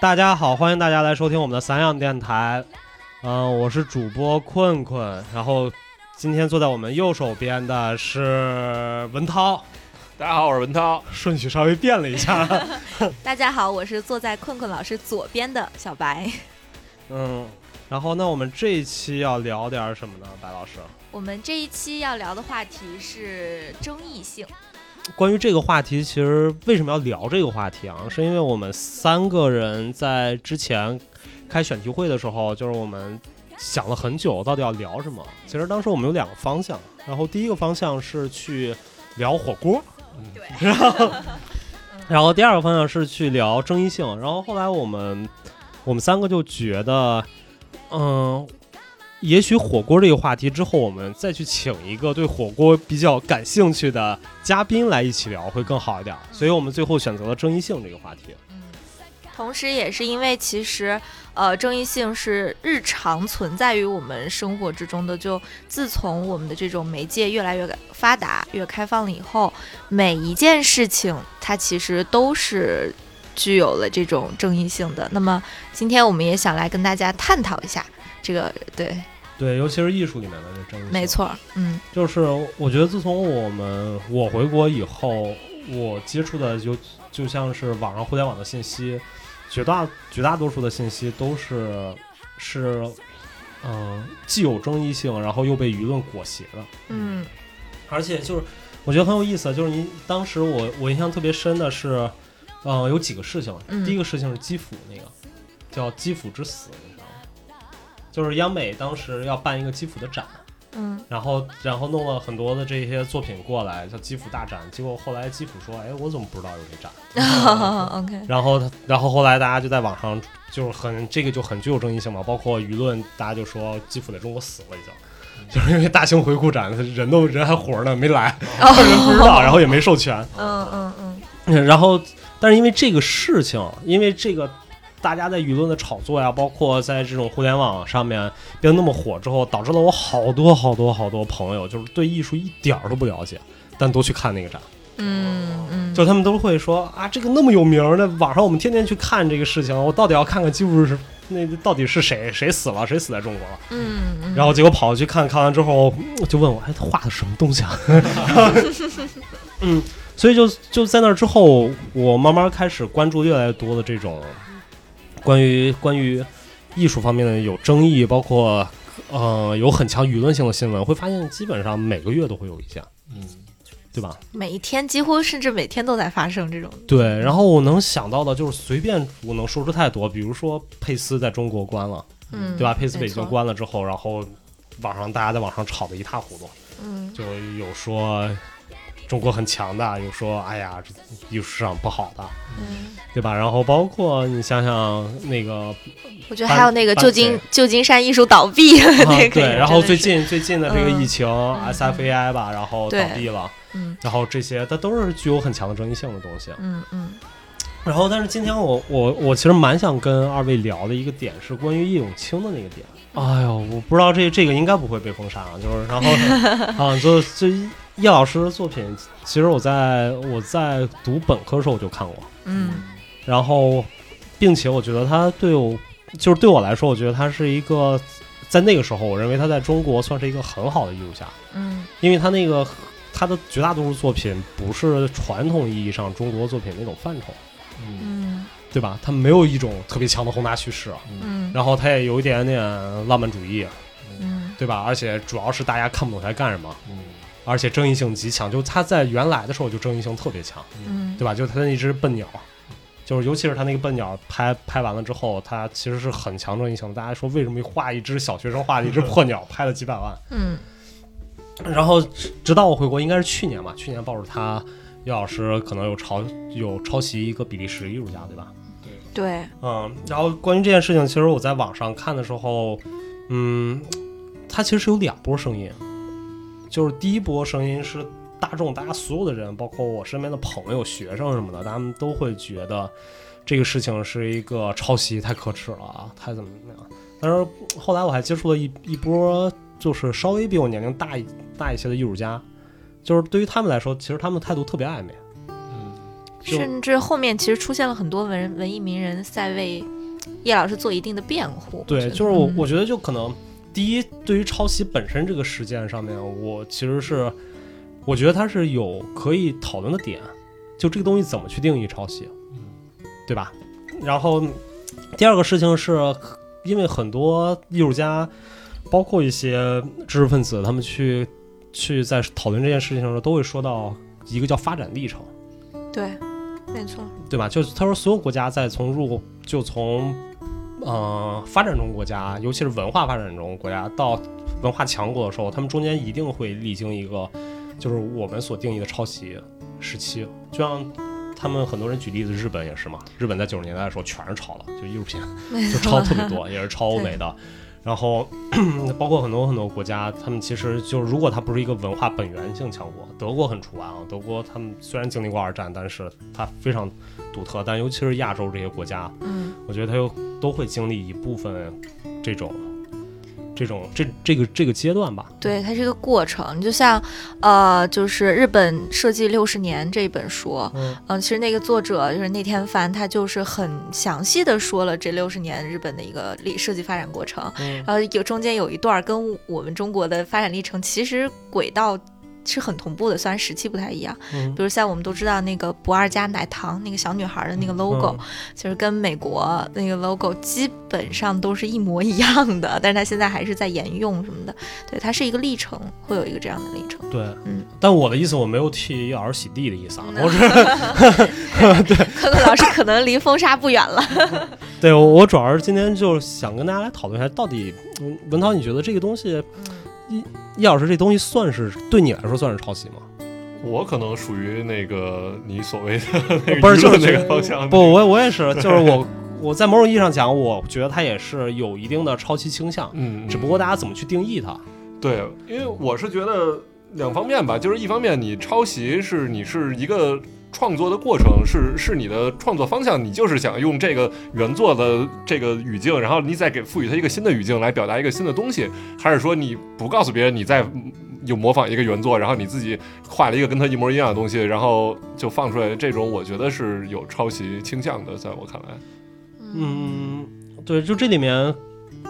大家好，欢迎大家来收听我们的散养电台。嗯、我是主播困困，然后今天坐在我们右手边的是文涛，大家好，我是文涛。顺序稍微变了一 下。大家好，我是坐在困困老师左边的小白。嗯，然后那我们这一期要聊点什么呢？白老师，我们这一期要聊的话题是争议性，关于这个话题，其实为什么要聊这个话题啊？是因为我们三个人在之前开选题会的时候，就是我们想了很久，到底要聊什么。其实当时我们有两个方向，然后第一个方向是去聊火锅，对，然后 然后第二个方向是去聊争议性，然后后来我们我们三个就觉得，嗯。也许火锅这个话题之后，我们再去请一个对火锅比较感兴趣的嘉宾来一起聊会更好一点，嗯所以我们最后选择了争议性这个话题。同时也是因为其实呃争议性是日常存在于我们生活之中的。就自从我们的这种媒介越来越发达、越开放了以后，每一件事情它其实都是具有了这种争议性的。那么今天我们也想来跟大家探讨一下这个，对，对，尤其是艺术里面的这争议性。没，错，嗯。就是我觉得自从我们我回国以后，我接触的就就像是网上互联网的信息，绝大绝大多数的信息都是是。嗯，既有争议性，然后又被舆论裹挟的。嗯而且就是我觉得很有意思，就是您当时我我印象特别深的是，嗯、有几个事情，嗯第一个事情是基辅那个叫基辅之死，你知道吗？就是央美当时要办一个基辅的展，嗯然后然后弄了很多的这些作品过来，叫基辅大展。结果后来基辅说，哎，我怎么不知道有这展？ ，OK，然后他，然后后来大家就在网上就是很这个就很具有争议性嘛，包括舆论，大家就说基辅在中国死了已经。就是因为大型回顾展，人都人还活着呢，没来，人不知道，然后也没授权。嗯嗯嗯，然后，但是因为这个事情，因为这个大家在舆论的炒作呀，包括在这种互联网上面变得那么火之后，导致了我好多好多好多朋友就是对艺术一点儿都不了解，但都去看那个展。嗯嗯，就他们都会说啊，这个那么有名儿的，网上我们天天去看这个事情，我到底要看看基辅是那到底是谁谁死了，谁死在中国了。嗯嗯，然后结果跑去看看完之后，嗯就问我，哎，他画的什么东西 啊？嗯，所以就就在那之后，我慢慢开始关注越来越多的这种关于关于艺术方面的有争议，包括呃有很强舆论性的新闻，会发现基本上每个月都会有一件，嗯，对吧？每一天几乎甚至每天都在发生这种，对，然后我能想到的就是随便我能说出太多，比如说佩斯在中国关了，嗯，对吧？佩斯北京没错，关了之后，然后网上大家在网上吵得一塌糊涂，嗯就有说中国很强的，有说哎呀这艺术市场不好的，嗯，对吧？然后包括你想想那 个我觉得还有那个搬旧金旧金山艺术倒闭啊那个也真的是，对，然后最近最近的这个嗯疫情嗯 SFAI 吧，然后倒对闭了，嗯，然后这些它都是具有很强的争议性的东西。嗯嗯然后，但是今天我我我其实蛮想跟二位聊的一个点是关于叶永青的那个点。哎呦，我不知道这这个应该不会被封杀啊，就是然 后啊，就就叶老师的作品，其实我在我在读本科的时候我就看过，嗯然后，并且我觉得他对我就是对我来说，我觉得他是一个在那个时候，我认为他在中国算是一个很好的艺术家，嗯因为他那个他的绝大多数作品不是传统意义上中国作品那种范畴。嗯嗯对吧？它没有一种特别强的宏大叙事，嗯然后它也有一点点浪漫主义，嗯对吧？而且主要是大家看不懂它在干什么，嗯而且争议性极强。就它在原来的时候就争议性特别强，嗯，对吧？就它那只笨鸟，就是尤其是它那个笨鸟拍拍完了之后，它其实是很强争议性的。大家说为什么画一只小学生画了一只破鸟，拍了几百 万？嗯然后直直到我回国，应该是去年吧，去年抱着它，叶老师可能有抄有抄袭一个比利时艺术家，对吧？对，嗯，然后关于这件事情，其实我在网上看的时候，嗯，它其实是有两波声音，就是第一波声音是大众，大家所有的人，包括我身边的朋友、学生什么的，他们都会觉得这个事情是一个抄袭，太可耻了啊，太怎么怎么样。但是后来我还接触了一一波，就是稍微比我年龄大一大一些的艺术家，就是对于他们来说，其实他们态度特别暧昧。嗯就甚至后面其实出现了很多文文艺名人在为叶老师做一定的辩护。对，我觉得就是我嗯，我觉得就可能第一，对于抄袭本身这个事件上面，我其实是我觉得它是有可以讨论的点，就这个东西怎么去定义抄袭，对吧？然后第二个事情是，因为很多艺术家，包括一些知识分子，他们去去在讨论这件事情的时候，都会说到一个叫发展历程。对，没错，对吧？就是他说所有国家在从入就从呃发展中国家，尤其是文化发展中国家到呃文化强国的时候，他们中间一定会历经一个就是我们所定义的抄袭时期。就像他们很多人举例子，日本也是嘛，日本在九十年代的时候全是抄了，就艺术品没就抄错，特别多，也是抄欧美的。然后包括很多很多国家，他们其实就如果它不是一个文化本源性强国，德国很除外啊。德国他们虽然经历过二战，但是它非常独特。但尤其是亚洲这些国家，嗯，我觉得它又都会经历一部分这种这种这这个这个阶段吧。对，它是一个过程。你就像，呃，就是日本设计六十年这一本书，嗯嗯、其实那个作者就是那天翻，他就是很详细的说了这六十年日本的一个历设计发展过程， 嗯然后有中间有一段跟我们中国的发展历程其实轨道是很同步的，虽然时期不太一样。嗯比如像我们都知道那个不二家奶糖那个小女孩的嗯那个 logo，、就是跟美国那个 logo 基本上都是一模一样的，但是它现在还是在沿用什么的。对，它是一个历程，会有一个这样的历程。对，嗯但我的意思我没有替叶老师洗地的意思啊， 我 只哦可可老师可能离封杀不远了。对我，我主要是今天就是想跟大家来讨论一下，到底嗯文涛，你觉得这个东西，嗯一一小时这东西算是对你来说算是抄袭吗？我可能属于那个你所谓的那 个不是舆论就是那个方向。不，我我也是，就是我我在某种意义上讲，我觉得它也是有一定的抄袭倾向，嗯，嗯嗯只不过大家怎么去定义它？对，因为我是觉得两方面吧，就是一方面你抄袭是你是一个。创作的过程是是你的创作方向，你就是想用这个原作的这个语境，然后你再给赋予它一个新的语境来表达一个新的东西，还是说你不告诉别人你在嗯有模仿一个原作，然后你自己画了一个跟它一模一样的东西，然后就放出来？这种我觉得是有抄袭倾向的，在我看来。嗯，对，就这里面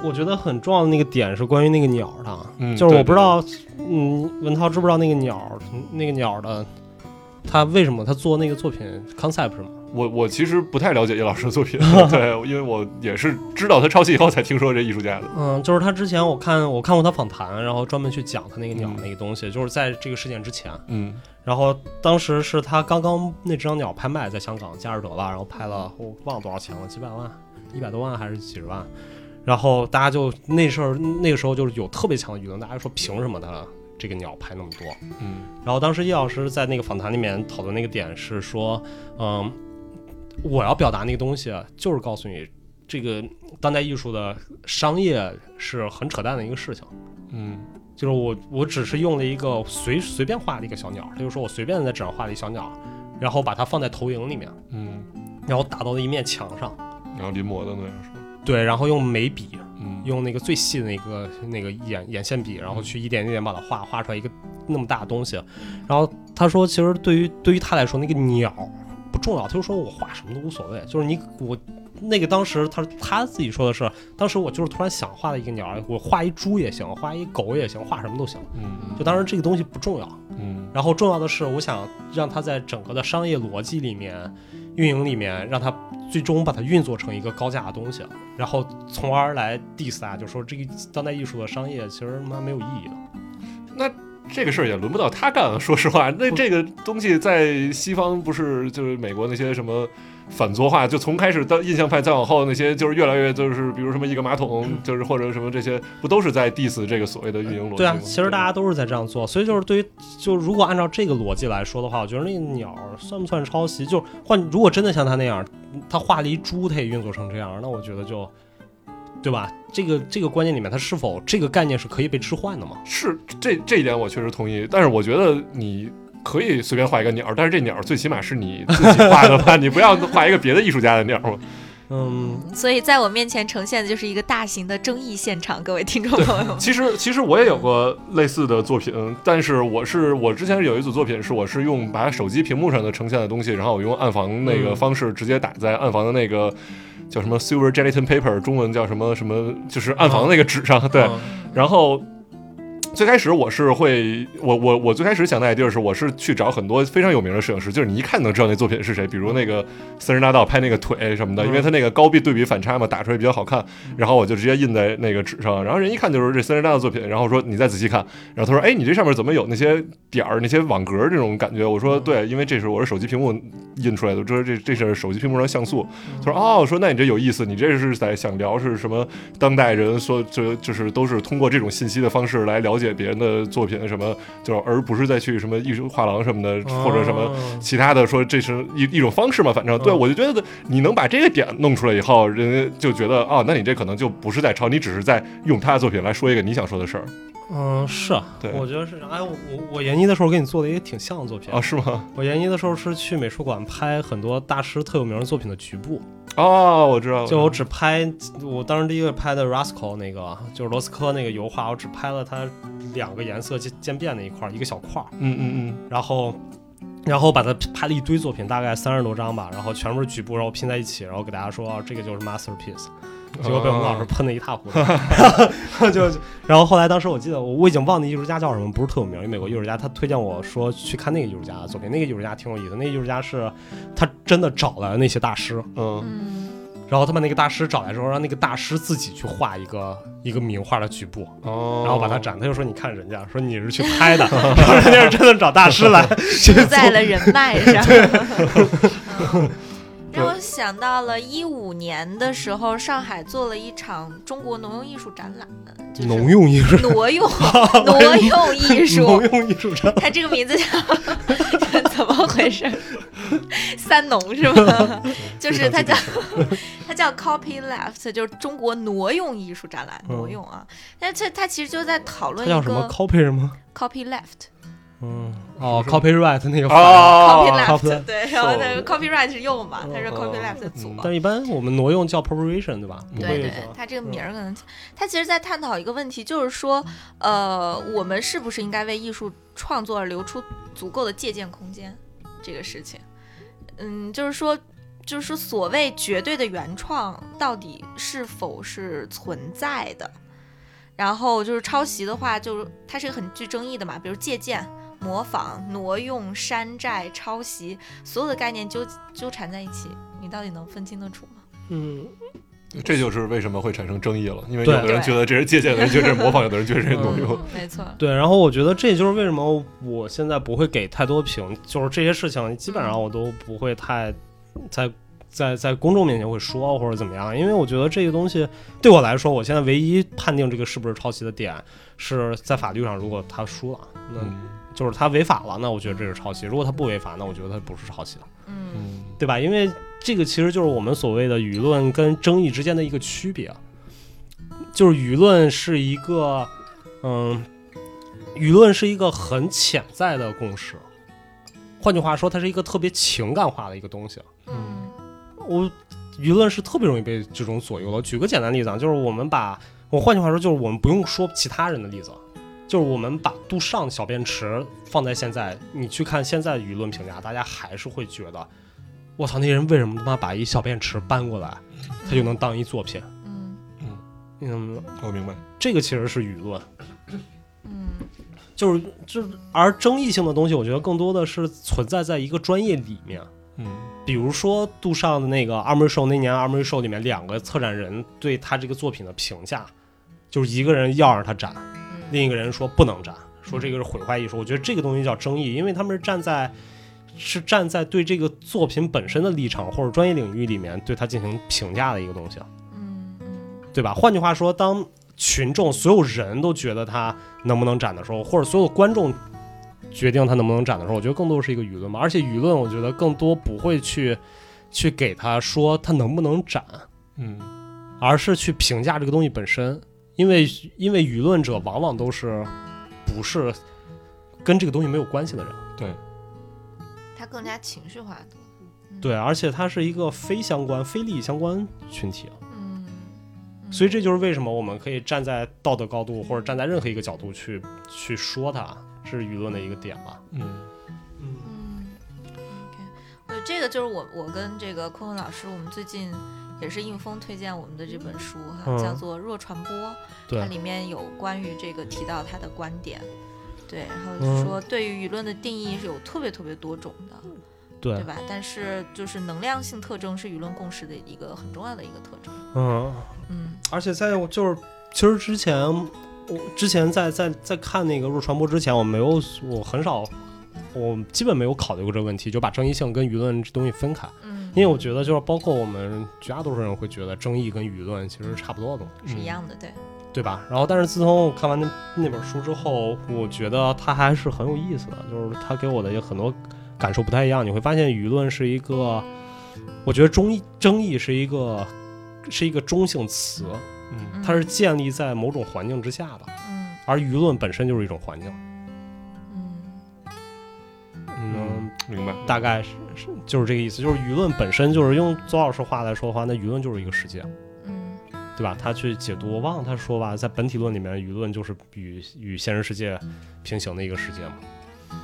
我觉得很重要的那个点是关于那个鸟的，啊嗯就是我不对对知道，嗯，文涛知不知道那个鸟，那个鸟的，他为什么他做那个作品 concept 是吗？我我其实不太了解叶老师的 作品，对，因为我也是知道他抄袭以后才听说这艺术家的。嗯，就是他之前我看我看过他访谈，然后专门去讲他那个鸟嗯那个东西，就是在这个事件之前。嗯然后当时是他刚刚那只鸟拍卖在香港佳士得吧，然后拍了我忘了多少钱了，几百万、一百多万还是几十万。然后大家就那时候那个时候就是有特别强的舆论，大家说凭什么他这个鸟拍那么多？嗯然后当时叶老师在那个访谈里面讨论那个点是说，嗯，我要表达那个东西就是告诉你，这个当代艺术的商业是很扯淡的一个事情。嗯就是我我只是用了一个随随便画了一个小鸟，他就说我随便在纸上画了一小鸟，然后把它放在投影里面，嗯，然后打到了一面墙上，然后临摹的那样是吧？对，然后用眉笔，嗯用那个最细的那个那个眼眼线笔，然后去一点一点把它画画出来一个那么大的东西。然后他说，其实对于对于他来说，那个鸟不重要，他就说我画什么都无所谓，就是你我那个当时他他自己说的是，当时我就是突然想画的一个鸟，我画一猪也行，画一狗也行，画什么都行，嗯就当时这个东西不重要。嗯然后重要的是，我想让它在整个的商业逻辑里面、运营里面，让它最终把它运作成一个高价的东西，然后从而来 diss 啊，就说这个当代艺术的商业其实他妈没有意义的。这个事儿也轮不到他干，说实话，那不这个东西在西方不是就是美国那些什么反作画，就从开始到印象派，再往后那些就是越来越就是比如什么一个马嗯桶，就是或者什么这些，不都是在 diss 这个所谓的运营逻辑吗？对啊，其实大家都是在这样做，所以就是对于就如果按照这个逻辑来说的话，我觉得那个鸟算不算抄袭？就是换如果真的像他那样，他画了一猪，他也运作成这样，那我觉得就。对吧？这个这个观念里面，它是否这个概念是可以被置换的嘛？是这这一点我确实同意，但是我觉得你可以 随便画一个鸟，但是这鸟最起码是你自己画的吧，你不要画一个别的艺术家的鸟嘛。嗯， 所以在我面前呈现的就是一个大型的争议现场，各位听众朋友们。其实其实我也有过类似的作品，但是我是我之前有一组作品是我是用把手机屏幕上的呈现的东西，然后我用暗房那个嗯方式直接打在暗房的那个。叫什么 silver gelatin paper，中文叫什么什么，就是暗房那个纸上。哦对，然后最开始我是会，我我我最开始想的 idea 是，我是去找很多非常有名的摄影师，就是你一看能知道那作品是谁，比如那个森山大道拍那个腿什么的，嗯因为他那个高低对比反差嘛，打出来比较好看。然后我就直接印在那个纸上，然后人一看就是这森山大道作品，然后说你再仔细看，然后他说，哎，你这上面怎么有那些点儿、那些网格这种感觉？我说对，因为这是我是手机屏幕印出来的，这这这是手机屏幕上像素。他说哦，说那你这有意思，你这是在想聊是什么？当代人说这就是都是通过这种信息的方式来了解别人的作品什么，就是而不是再去什么艺术画廊什么的或者什么。哦其他的说这是一一种方式嘛，反正对嗯我就觉得你能把这个点弄出来以后，人家就觉得哦，那你这可能就不是在抄，你只是在用他的作品来说一个你想说的事儿嗯，是啊，对我觉得是。哎，我我我研一的时候给你做了一个挺像的作品啊，。是吗？我研一的时候是去美术馆拍很多大师特有名的作品的局部，哦，我知道，就我只拍，我当时第一个拍的 Rascal 那个，就是罗斯科那个油画，我只拍了它两个颜色渐渐变的一块儿，一个小块儿，嗯嗯然后。然后把它拍了一堆作品，大概三十多张吧，然后全部是局部，然后拼在一起，然后给大家说、啊、这个就是 masterpiece，嗯，结果被我们老师啊喷的一塌糊涂。就然后后来当时我记得我我已经忘记艺术家叫什么，不是特有名，因为美国艺术家他推荐我说去看那个艺术家的作品，那个艺术家挺有意思，那个艺术家是他真的找来了那些大师，嗯嗯，然后他把那个大师找来之后，让那个大师自己去画一个一个名画的局部，哦，然后把它展。他就说：“你看人家，说你是去拍的，然后人家是真的找大师来去就做。在 了人脉上。嗯让我想到了一五年的时候，上海做了一场中国农用艺术展览，就是农用艺术， 挪用 挪用艺术农，用艺术展，它这个名 字叫怎么回事？三农是吗？就是它叫它叫 Copy Left，就是中国挪用艺术展览，嗯挪用啊。但这它其实就在讨它论叫一什么个 copy 什么？ Copy Left。嗯，哦是，copyright 那个法。哦， copyleft copyleft 对，然后那个哦 copyright 是右嘛，嗯它是嗯 copyleft 左。但是一般我们挪用叫 appropriation，对吧？嗯不对会对叫，它这个名儿可能，它其实在探讨一个问题，就是说，嗯呃，我们是不是应该为艺术创作而留出足够的借鉴空间？这个事情，嗯，就是说，就是说，所谓绝对的原创到底是否是存在的？然后就是抄袭的话，就是它是个很具争议的嘛，比如借鉴、模仿、挪用、山寨、抄袭，所有的概念纠纠缠在一起，你到底能分清得楚吗？嗯，这就是为什么会产生争议了，因为有对的人觉得这是借鉴，有的人觉得这是模仿，有的人觉得这是挪用。嗯没错。对。然后我觉得这就是为什么我现在不会给太多评，就是这些事情基本嗯上我都不会太在在在公众面前会说或者怎么样，因为我觉得这个东西对我来说，我现在唯一判定这个是不是抄袭的点是在法律上，如果他输了，那嗯就是他违法了，那我觉得这是抄袭；如果他不违法，那我觉得他不是抄袭了，嗯嗯对吧？因为这个其实就是我们所谓的舆论跟争议之间的一个区别，啊就是舆论是一个，嗯，舆论是一个很潜在的共识，换句话说，它是一个特别情感化的一个东西。啊嗯我舆论是特别容易被这种左右的。举个简单例子啊，就是我们把我换句话说，就是我们不用说其他人的例子，啊就是我们把杜尚的小便池放在现在，你去看现在的舆论评价，大家还是会觉得，我操，那人为什么他妈把一小便池搬过来，他就能当一作品？嗯嗯，我明白。这个其实是舆论。嗯就是就是，而争议性的东西，我觉得更多的是存在在一个专业里面。嗯比如说杜尚的那个《Armory Show》，那年《Armory Show》里面两个策展人对他这个作品的评价，就是一个人要让他展，嗯另一个人说不能展，说这个是毁坏艺术。我觉得这个东西叫争议，因为他们是站在是站在对这个作品本身的立场或者专业领域里面对它进行评价的一个东西，啊嗯嗯对吧？换句话说，当群众所有人都觉得他能不能展的时候，或者所有观众决定他能不能展的时候，我觉得更多是一个舆论吧。而且舆论，我觉得更多不会去去给他说他能不能展，嗯而是去评价这个东西本身，因为因为舆论者往往都是不是跟这个东西没有关系的人。它更加情绪化的。嗯对，啊而且它是一个非相关、非利益相关群体啊，嗯，嗯所以这就是为什么我们可以站在道德高度或者站在任何一个角度去去说它，是舆论的一个点吧。嗯，嗯嗯，OK，呃，这个就是我我跟这个坤坤老师，我们最近也是应风推荐我们的这本书哈，嗯叫做《弱传播》，它对，里面有关于这个提到他的观点，对，然后嗯就说对于舆论的定义是有特别特别多种的，对对，吧？但是就是能量性特征是舆论共识的一个很重要的一个特征，嗯，嗯而且在就是其实之前我之前在在在看那个弱传播之前，我没有我很少。我基本没有考虑过这个问题，就把争议性跟舆论这东西分开，嗯，因为我觉得就是包括我们绝大多数人会觉得争议跟舆论其实是差不多的东西。嗯是一样的，对，对吧？然后，但是自从我看完那那本书之后，我觉得它还是很有意思的，就是它给我的有很多感受不太一样。你会发现，舆论是一个，我觉得中议争议是一个是一个中性词，嗯嗯它是建立在某种环境之下的，嗯而舆论本身就是一种环境。嗯嗯，明白。大概是是就是这个意思，就是舆论本身就是用邹老师话来说的话，那舆论就是一个世界。嗯对吧？他去解读，我忘了他说吧，在本体论里面，舆论就是与与现实世界平行的一个世界嘛。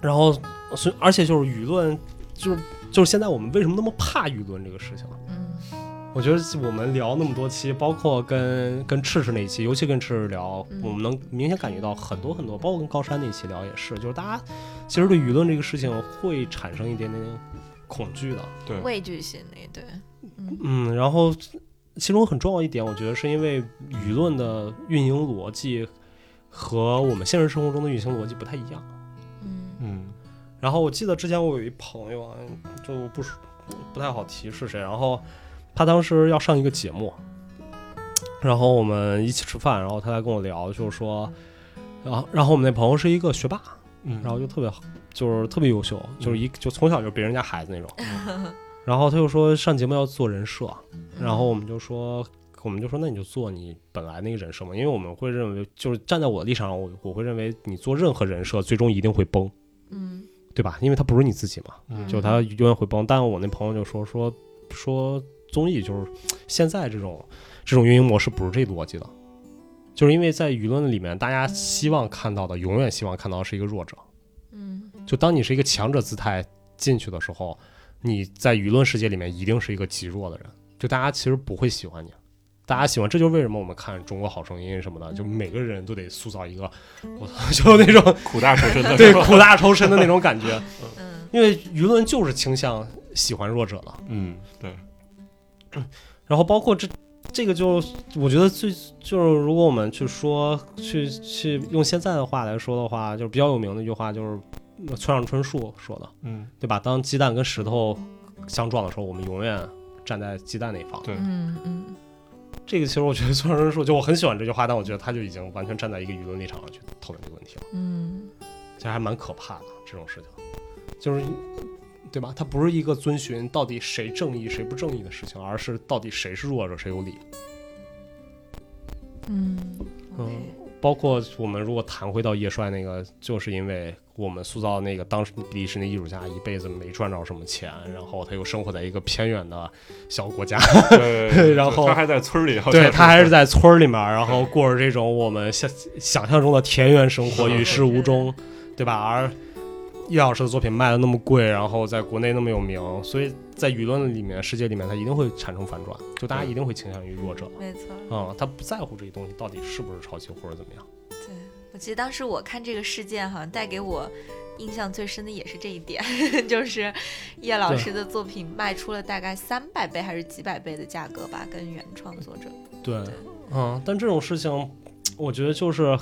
然后，所以而且就是舆论，就是就是现在我们为什么那么怕舆论这个事情？啊嗯我觉得我们聊那么多期，包括跟跟赤赤那一期，尤其跟赤赤聊，嗯我们能明显感觉到很多很多，包括跟高山那一期聊也是，就是大家其实对舆论这个事情会产生一点点恐惧的。啊对畏惧心理，对，嗯嗯，然后其中很重要一点，我觉得是因为舆论的运行逻辑和我们现实生活中的运行逻辑不太一样。嗯嗯然后我记得之前我有一朋友啊，就不说不太好提是谁，然后他当时要上一个节目，然后我们一起吃饭，然后他来跟我聊，就是说，然后然后我们那朋友是一个学霸，嗯，然后就特别好，就是特别优秀，就是一就从小就别人家孩子那种。 然后他就说上节目要做人设，嗯然后我们就说，我们就说那你就做你本来那个人设嘛，因为我们会认为就是站在我的立场上，我我会认为你做任何人设最终一定会崩，嗯对吧？因为他不是你自己嘛，嗯就他永远会崩。但我那朋友就说说说综艺就是现在这种这种运营模式不是这逻辑的，就是因为在舆论里面，大家希望看到的永远希望看到的是一个弱者。嗯就当你是一个强者姿态进去的时候，你在舆论世界里面一定是一个极弱的人，就大家其实不会喜欢你。大家喜欢，这就是为什么我们看《中国好声音》什么的，就每个人都得塑造一个，我操， 就那种苦大仇深的对苦大仇深的那种感觉，嗯因为舆论就是倾向喜欢弱者的。嗯，对，然后包括这这个就我觉得最就是如果我们去说去去用现在的话来说的话，就是比较有名的一句话就是呃村上春树说的，嗯对吧？当鸡蛋跟石头相撞的时候，我们永远站在鸡蛋那一方。对嗯嗯这个其实我觉得村上春树，就我很喜欢这句话，但我觉得他就已经完全站在一个舆论立场上去讨论这个问题了，嗯其实还蛮可怕的这种事情，就是对吧？它不是一个遵循到底谁正义谁不正义的事情，而是到底谁是弱者谁有理。嗯嗯 OK，包括我们如果谈回到叶帅那个，就是因为我们塑造那个当时比利时那艺术家一辈子没赚着什么钱，然后他又生活在一个偏远的小国家，对然后他还在村里，好像对他还是在村儿里面，然后过着这种我们想想象中的田园生活，与世无争，对吧？而叶老师的作品卖的那么贵，然后在国内那么有名，所以在舆论里面、世界里面，他一定会产生反转，就大家对一定会倾向于弱者。没错。嗯，他不在乎这些东西到底是不是抄袭或者怎么样。对，我记得当时我看这个事件，好像带给我印象最深的也是这一点， 就是叶老对师的作品卖出了大概三百倍还是几百倍的价格吧，跟原创作者。对对，嗯，但这种事情，我觉得就是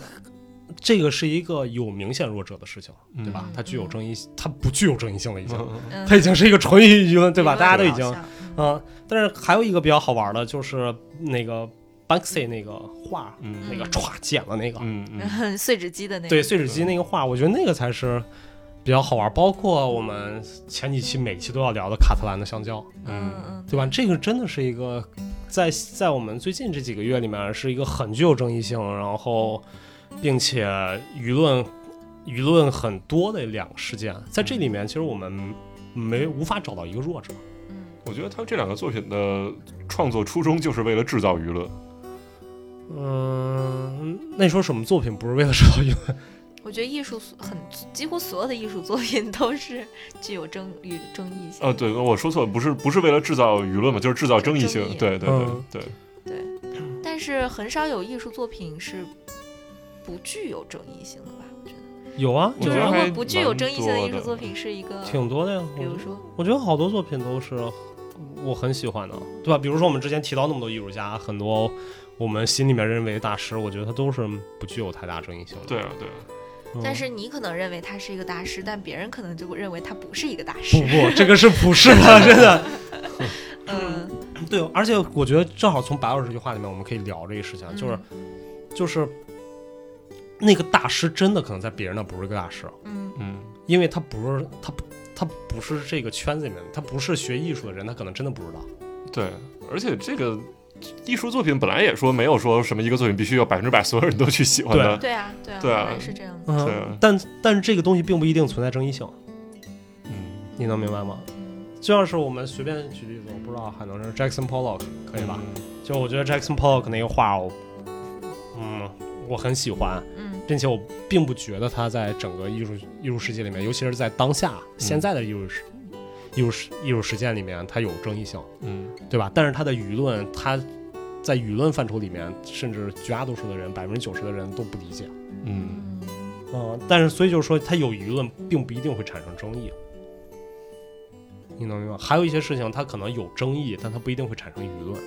这个是一个有明显弱者的事情，对吧？嗯它具有争议，它不具有争议性了已经，嗯，啊它已经是一个纯舆论，对吧？舆论大家都已导经。向嗯，但是还有一个比较好玩的，就是那个 Banksy 那个画，嗯那个歘剪了那个，嗯嗯嗯 碎纸机的那个。对碎纸机那个画，我觉得那个才是比较好玩。包括我们前几期每期都要聊的卡特兰的香蕉，嗯嗯，对吧？这个真的是一个在在我们最近这几个月里面是一个很具有争议性，然后并且舆论舆论很多的两个事件，在这里面其实我们没无法找到一个弱者。嗯我觉得他这两个作品的创作初衷就是为了制造舆论。嗯，那你说什么作品不是为了社会舆论？我觉得艺术所很几乎所有的艺术作品都是具有争与争议性。啊，对，我说错了，不是不是为了制造舆论嘛，就是制造争议性争议。对对对嗯对，但是很少有艺术作品是不具有争议性的吧？我觉 得，有啊，我就就是是觉得如啊还果不具有争议性的蛮艺术多的作品是一个，挺嗯多的呀。比如说，我觉得好多作品都是我很喜欢的，对吧？比如说我们之前提到那么多艺术家，很多我们心里面认为大师，我觉得他都是不具有太大争议性的。对啊对啊。嗯但是你可能认为他是一个大师，但别人可能就认为他不是一个大师不。不，这个是普世的， 真的。嗯， 对，而且我觉得正好从白老师这句话里面，我们可以聊这个事情，啊就是嗯就是那个大师真的可能在别人那不是个大师，嗯嗯，因为他不是他不他不是这个圈子里面的，他不是学艺术的人，他可能真的不知道。对，而且这个艺术作品本来也说没有说什么一个作品必须要百分之百所有人都去喜欢嗯，的，对啊，对啊，对啊本来是这样的。对啊嗯，但但是这个东西并不一定存在争议性，嗯，你能明白吗？就像是我们随便举例子，我不知道还能是 Jackson Pollock 可以吧？嗯就我觉得 Jackson Pollock 那个画，我嗯我很喜欢，嗯并且我并不觉得他在整个艺术艺术世界里面，尤其是在当下现在的艺术世、艺术世艺术实践里面，它有争议性，嗯？嗯对吧？但是它的舆论，它在舆论范畴里面，甚至绝大多数的人，百分之九十的人都不理解。嗯嗯，嗯，但是所以就是说，它有舆论，并不一定会产生争议。你能明白吗？还有一些事情，它可能有争议，但它不一定会产生舆论。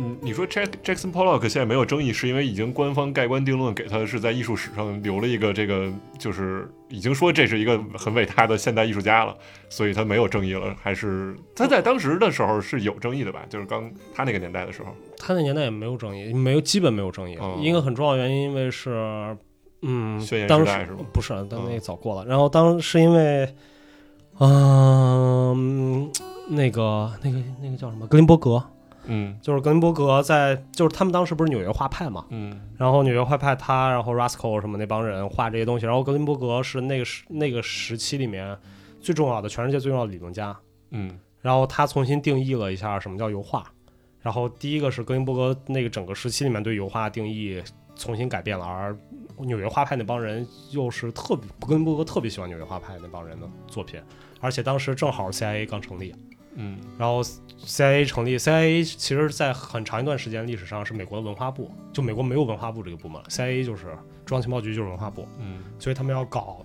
嗯，你说 Jack Jackson Pollock 现在没有争议，是因为已经官方盖棺定论，给他是在艺术史上留了一个这个，就是已经说这是一个很伟大的现代艺术家了，所以他没有争议了。还是 他在当时的时候是有争议的吧？就是刚他那个年代的时候，他那年代也没有争议，没有基本没有争议。嗯一个很重要的原因，因为是，嗯，宣言当时时代是吗？不是，但那嗯早过了。然后当是因为，呃嗯、那个那个那个叫什么格林伯格，嗯就是格林伯格在，就是他们当时不是纽约画派嘛，嗯然后纽约画派他，然后 Rascal 什么那帮人画这些东西，然后格林伯格是那个时那个时期里面最重要的，全世界最重要的理论家。嗯然后他重新定义了一下什么叫油画。然后第一个是格林伯格那个整个时期里面对油画的定义重新改变了，而纽约画派那帮人又是特别格林伯格特别喜欢纽约画派那帮人的作品，而且当时正好 CIA 刚成立，嗯然后 CIA 成立，CIA 其实在很长一段时间历史上是美国的文化部，就美国没有文化部这个部门了，CIA 就是中央情报局就是文化部，嗯所以他们要搞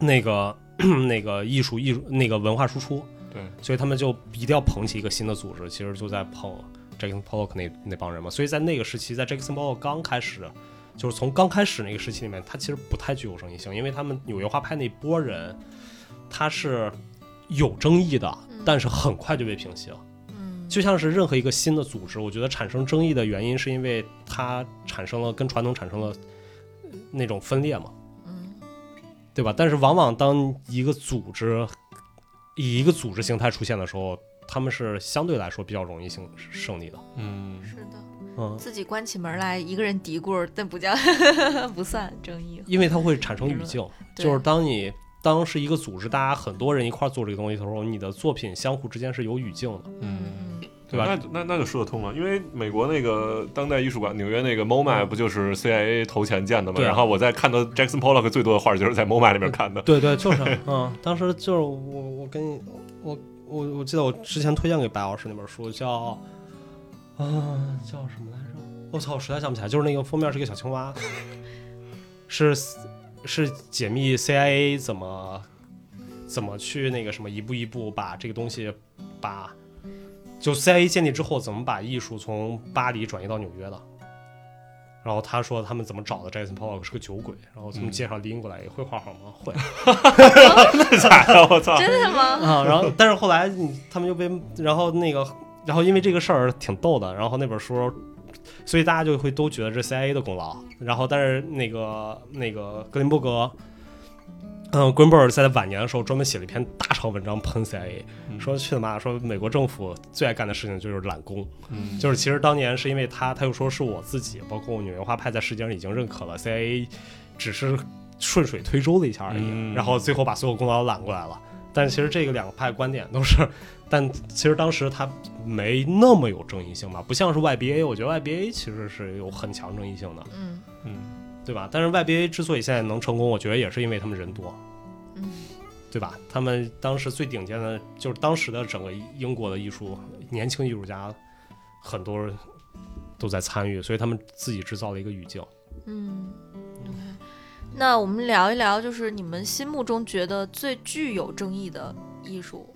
那个 那个艺术艺术那个文化输出，对，所以他们就一定要捧起一个新的组织，其实就在捧 Jackson Pollock 那那帮人嘛。所以在那个时期，在 Jackson Pollock 刚开始，就是从刚开始那个时期里面，他其实不太具有争议性，因为他们纽约画派那波人，他是有争议的嗯，但是很快就被平息了。嗯就像是任何一个新的组织，我觉得产生争议的原因是因为它产生了跟传统产生了呃那种分裂嘛。嗯对吧？但是往往当一个组织以一个组织形态出现的时候，他们是相对来说比较容易胜胜利的。嗯是的，嗯，自己关起门来一个人嘀咕，但不叫 不算争议。因为它会产生语境，对就是当你当是一个组织，大家很多人一块儿做这个东西的时候，你的作品相互之间是有语境的。嗯。嗯对吧那那那就说得通了，因为美国那个当代艺术馆，纽约那个 MoMA 不就是 CIA 投钱建的吗？对啊然后我在看到 Jackson Pollock 最多的画就是在 MoMA 里面看 的。对对，就是，嗯，当时就是我我跟你我我我记得我之前推荐给白老师那本书叫，啊、叫什么来着？我操，我实在想不起来，就是那个封面是一个小青蛙，是是解密 CIA 怎么怎么去那个什么一步一步把这个东西把。就 CIA 建立之后，怎么把艺术从巴黎转移到纽约的？然后他说他们怎么找的 Jackson Pollock 是个酒鬼，然后从嗯街上拎过来，会画画吗？会，假的，我操！真的吗？啊，然后但是后来你他们就被，然后那个，然后因为这个事儿挺逗的，然后那本书，所以大家就会都觉得这 CIA 的功劳。然后但是那个那个格林伯格，嗯，格林伯格在他晚年的时候专门写了一篇大长文章喷 CIA，嗯说去他妈说美国政府最爱干的事情就是揽功，嗯就是其实当年是因为他，他又说是我自己，包括纽约画派在世界上已经认可了 CIA，只是。顺水推舟了一下而已，嗯然后最后把所有功劳揽过来了。但其实这个两派观点都是，但其实当时他没那么有争议性吧，不像是 YBA，我觉得 YBA 其实是有很强争议性的，嗯嗯，对吧？但是 YBA 之所以现在能成功，我觉得也是因为他们人多，嗯，对吧？他们当时最顶尖的，就是当时的整个英国的艺术年轻艺术家，很多都在参与，所以他们自己制造了一个语境。嗯，OK。那我们聊一聊，就是你们心目中觉得最具有争议的艺术、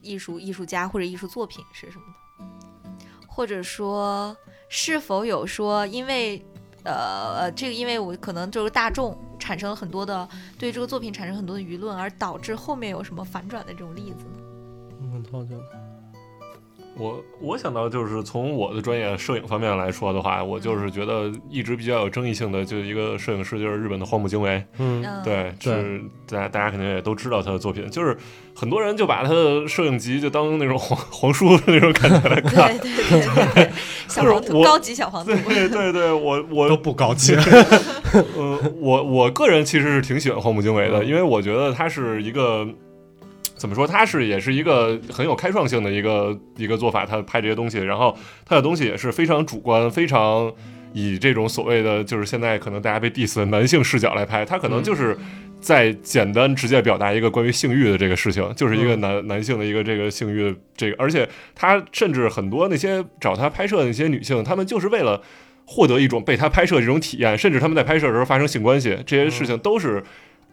艺术艺术家或者艺术作品是什么呢？或者说，是否有说因为呃呃，这个因为我可能就是大众产生了很多的对这个作品产生很多的舆论，而导致后面有什么反转的这种例子呢？嗯，涛觉得，我我想到就是从我的专业摄影方面来说的话，我就是觉得一直比较有争议性的就一个摄影师就是日本的荒木经惟，嗯，嗯，，对，对是大家大家肯定也都知道他的作品，就是很多人就把他的摄影集就当那种 黄黄书的那种感觉来对看。对对对 对，小黄就是图，我高级小黄 图对，对对对，我都我不高级。呃我我个人其实是挺喜欢荒木经惟的，嗯因为我觉得他是一个怎么说，他是也是一个很有开创性的一个一个做法，他拍这些东西，然后他的东西也是非常主观，非常以这种所谓的就是现在可能大家被 diss 的男性视角来拍，他可能就是。再简单直接表达一个关于性欲的这个事情，就是一个男、男性的一个这个性欲的这个，而且他甚至很多那些找他拍摄的那些女性，她们就是为了获得一种被他拍摄的这种体验，甚至他们在拍摄的时候发生性关系，这些事情都是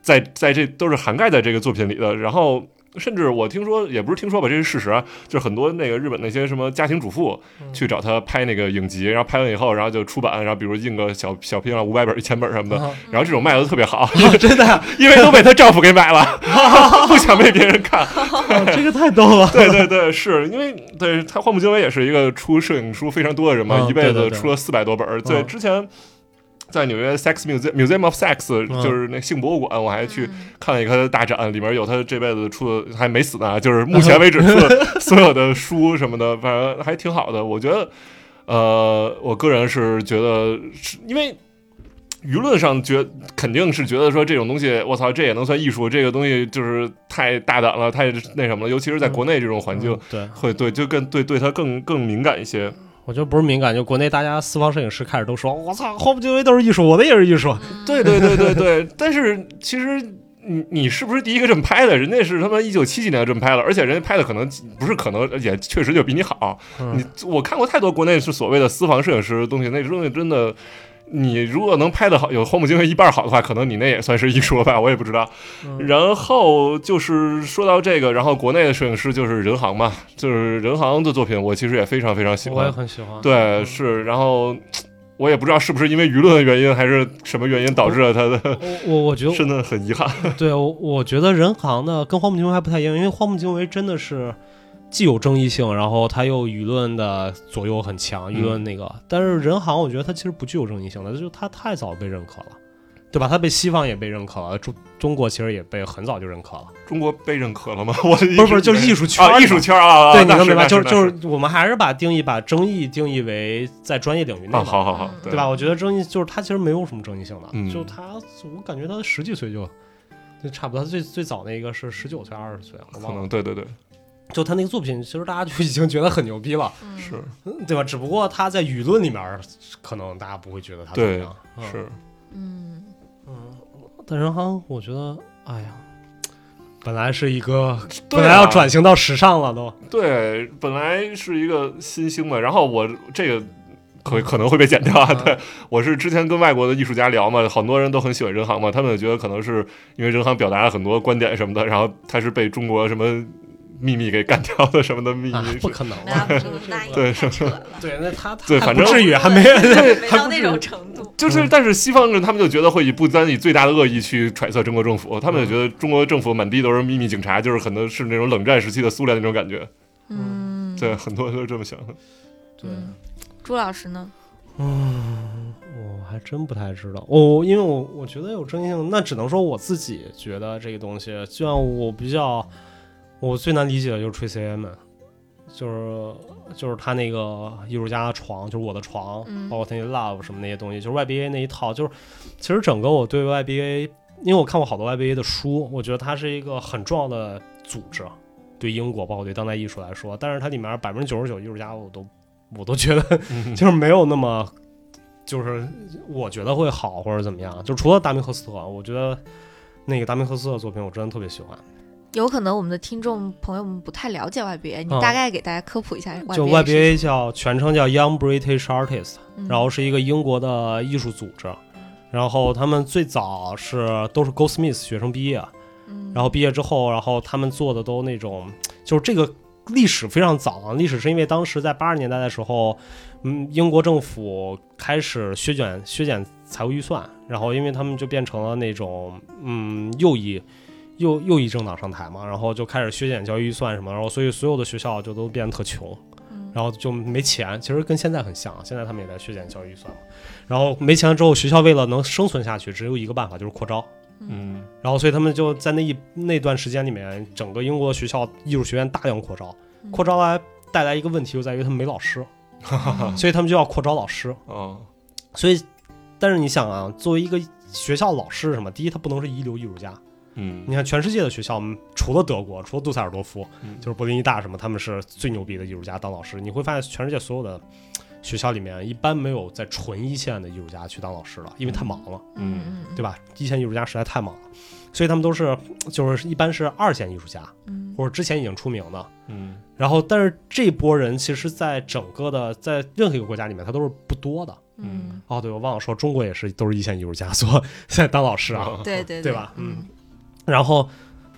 在在这都是涵盖在这个作品里的。然后，甚至我听说也不是听说吧，这是事实啊，就是很多那个日本那些什么家庭主妇嗯去找他拍那个影集，然后拍完以后，然后就出版，然后比如印个小小批量五百本、一千本什么的，啊然后这种卖的特别好， 真的啊 呀、因为都被她丈夫给买了， 不想被别人看。哦这个太逗了。对对对，是因为对他荒木经惟也是一个出摄影书非常多的人嘛，嗯一辈对对子对出了四百多本儿。对，嗯之前在纽约 Sex Museum Museum of Sex，、嗯就是那性博物馆，我还去嗯看了一个他的大展，里面有他这辈子出的还没死呢，就是目前为止出的 所有的书什么的，反正还挺好的。我觉得，呃，我个人是觉得是，因为。舆论上觉肯定是觉得说这种东西，我操，这也能算艺术？这个东西就是太大胆了，太那什么了。尤其是在国内这种环境，嗯对，会对就更对对他更更敏感一些。我觉得不是敏感，就国内大家私房摄影师开始都说，我操，荒木经惟都是艺术，我的也是艺术。对对对对对，但是其实你你是不是第一个这么拍的？人家是他妈一九七几年这么拍了，而且人家拍的可能不是可能，也确实就比你好。嗯你我看过太多国内是所谓的私房摄影师的东西，那东西真的。你如果能拍的好，有荒木经惟一半好的话，可能你那也算是艺术了吧，我也不知道。嗯然后就是说到这个，然后国内的摄影师就是任航嘛，就是任航的作品，我其实也非常非常喜欢。我也很嗯喜欢。对，是，然后我也不知道是不是因为舆论的原因，还是什么原因导致了他的，我我我觉得真的很遗憾。对，我我觉得人行的跟荒木经惟还不太一样，因为荒木经惟真的是既有争议性，然后他又舆论的左右很嗯强，舆论那个。但是人行，我觉得他其实不具有争议性的，就是他太早被认可了，对吧？他被西方也被认可了，中中国其实也被很早就认可了。中国被认可了吗？ 我不是不是，就是艺术术圈儿嘛、啊，艺术圈儿啊，啊对，你那能是明白？那就是那就是是，我们还是把定义把争议定义为在专业领域内啊，嘛。好好好，对吧？？我觉得争议就是他其实没有什么争议性的，嗯就他，我感觉他十几岁就就差不多，他最最早那个是十九岁二十岁，我可忘了。能对对对，就他那个作品，其实大家就已经觉得很牛逼了，嗯是嗯对吧？只不过他在舆论里面，可能大家不会觉得他怎么样。嗯、是，嗯。嗯，但任航，我觉得，哎呀，本来是一个，对本来要啊转型到时尚了都。对，本来是一个新星嘛，然后我这个。可可能会被剪掉啊！嗯对，我是之前跟外国的艺术家聊嘛，很多人都很喜欢任航嘛，他们觉得可能是因为任航表达了很多观点什么的，然后他是被中国什么秘密给干掉的什么的秘密，啊，是不可 能嗯那了。不那也对太扯了，对，那他他对还反不正至 于，还没对没还到不那至于种程度。就是，嗯但是西方人他们就觉得会以不单以最大的恶意去揣测中国政府，他嗯们也觉得中国政府满地都是秘密警察，就是可能是那种冷战时期的苏联那种感觉。嗯，对，很多人都是这么想 的。对。 嗯朱老师呢？嗯，我还真不太知道。我、因为我我觉得有争议性，那只能说我自己觉得这个东西，就像我比较，我最难理解的就是 Tracy Emin，就是就是他那个艺术家的床，就是我的床，嗯包括他那 Love 什么那些东西，就是 YBA 那一套，就是其实整个我对 YBA，因为我看过好多 YBA 的书，我觉得它是一个很重要的组织，对英国包括对当代艺术来说，但是它里面百分之九十九艺术家我都我都觉得嗯就是没有那么，就是我觉得会好或者怎么样。就除了达明赫斯特，我觉得那个达明赫斯特的作品我真的特别喜欢。有可能我们的听众朋友们不太了解 YBA，你嗯大概给大家科普一下 YBA 就是什么 YBA 叫全称叫 Young British Artist，嗯然后是一个英国的艺术组织。然后他们最早是都是 Goldsmith 学生毕业，嗯然后毕业之后，然后他们做的都那种，就是这个历史非常早啊。历史是因为当时在八十年代的时候，嗯，英国政府开始削减削减财务预算，然后因为他们就变成了那种嗯右翼右右翼政党上台嘛，然后就开始削减教育预算什么，然后所以所有的学校就都变得特穷，嗯然后就没钱，其实跟现在很像，啊现在他们也在削减教育预算嘛。然后没钱之后，学校为了能生存下去，只有一个办法，就是扩招。嗯然后所以他们就在那一那段时间里面，整个英国学校艺术学院大量扩招，嗯扩招来带来一个问题就在于他们没老师，嗯所以他们就要扩招老师。哦，所以，但是你想啊，作为一个学校老师是什么？第一，他不能是一流艺术家。嗯你看全世界的学校，嗯除了德国，除了杜塞尔多夫，嗯就是柏林一大什么，他们是最牛逼的艺术家当老师。你会发现，全世界所有的学校里面，一般没有在纯一线的艺术家去当老师了，因为太忙了。嗯嗯嗯对吧？一线艺术家实在太忙了，所以他们都是就是一般是二线艺术家嗯或者之前已经出名的。嗯然后，但是这波人其实，在整个的在任何一个国家里面，他都是不多的。嗯哦，对，我忘了说，中国也是都是一线艺术家，所以在当老师啊。哦对对对吧嗯然后，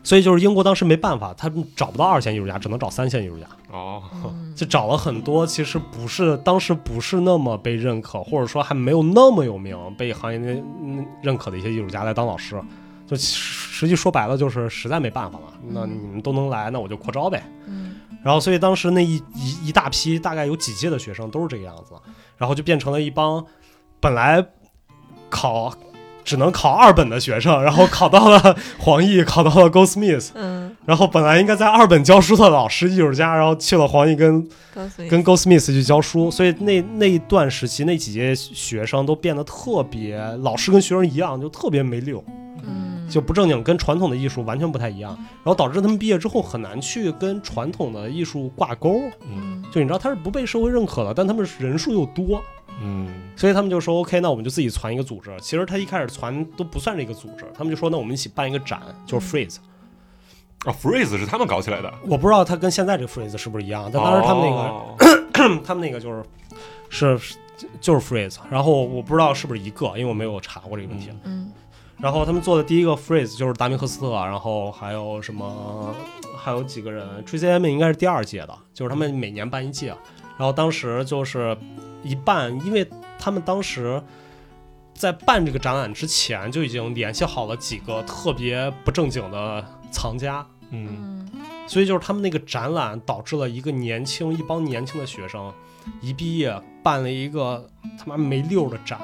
所以就是英国当时没办法，他们找不到二线艺术家，只能找三线艺术家，哦嗯就找了很多其实不是当时不是那么被认可，或者说还没有那么有名被行业内嗯认可的一些艺术家来当老师。就其实实际说白了，就是实在没办法了，那嗯你们都能来，那我就扩招呗。嗯然后，所以当时那一一一大批，大概有几届的学生都是这个样子，然后就变成了一帮本来考只能考二本的学生，然后考到了黄奕，考到了 Goldsmith，嗯，然后本来应该在二本教书的老师艺术家，然后去了黄奕跟告诉你跟 Goldsmith 去教书，所以那那一段时期，那几届学生都变得特别，老师跟学生一样，就特别没溜，嗯就不正经，跟传统的艺术完全不太一样，然后导致他们毕业之后很难去跟传统的艺术挂钩。嗯嗯就你知道他是不被社会认可的，但他们人数又多，嗯所以他们就说 OK，那我们就自己攒一个组织。其实他一开始攒都不算是一个组织，他们就说那我们一起办一个展，就是 Freeze。啊，freeze 是他们搞起来的，我不知道他跟现在这 Freeze 是不是一样，但当时他们那哦个、个他们那个就是是是就是 Freeze，然后我不知道是不是一个，因为我没有查过这个问题。嗯嗯然后他们做的第一个 Freeze 就是达明赫斯特，然后还有什么，还有几个人，Tracy Emin 应该是第二届的，就是他们每年办一届。啊然后当时就是一办，因为他们当时在办这个展览之前就已经联系好了几个特别不正经的藏家，嗯嗯所以就是他们那个展览导致了一个年轻一帮年轻的学生，一毕业办了一个他妈没溜儿的展，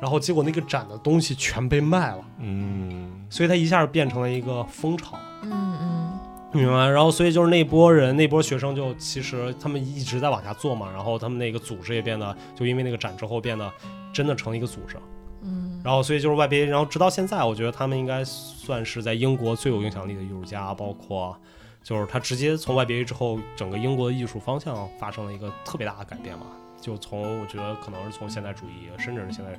然后结果那个展的东西全被卖了，嗯所以它一下变成了一个风潮，嗯你明白吗？然后所以就是那波人那波学生就其实他们一直在往下做嘛，然后他们那个组织也变得就因为那个展之后变得真的成了一个组织，嗯然后所以就是 YBA，然后直到现在，我觉得他们应该算是在英国最有影响力的艺术家，包括就是他直接从 YBA 之后，整个英国的艺术方向发生了一个特别大的改变嘛。就从我觉得可能是从现代主义，甚至是现在，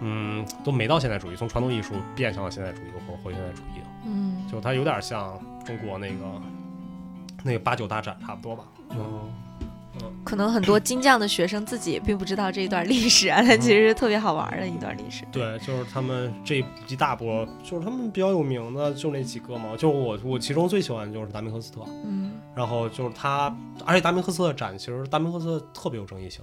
嗯，都没到现代主义，从传统艺术变向了现代主义或者后现代主义，嗯就它有点像中国那个那个八九大展差不多吧。嗯哦可能很多金匠的学生自己也并不知道这一段历史啊，它其实是特别好玩的一段历史。对，就是他们这一大波，就是他们比较有名的就那几个嘛。就我我其中最喜欢的就是达明赫斯特，嗯然后就是他，而且达明赫斯特的展其实达明赫斯特特别有争议性，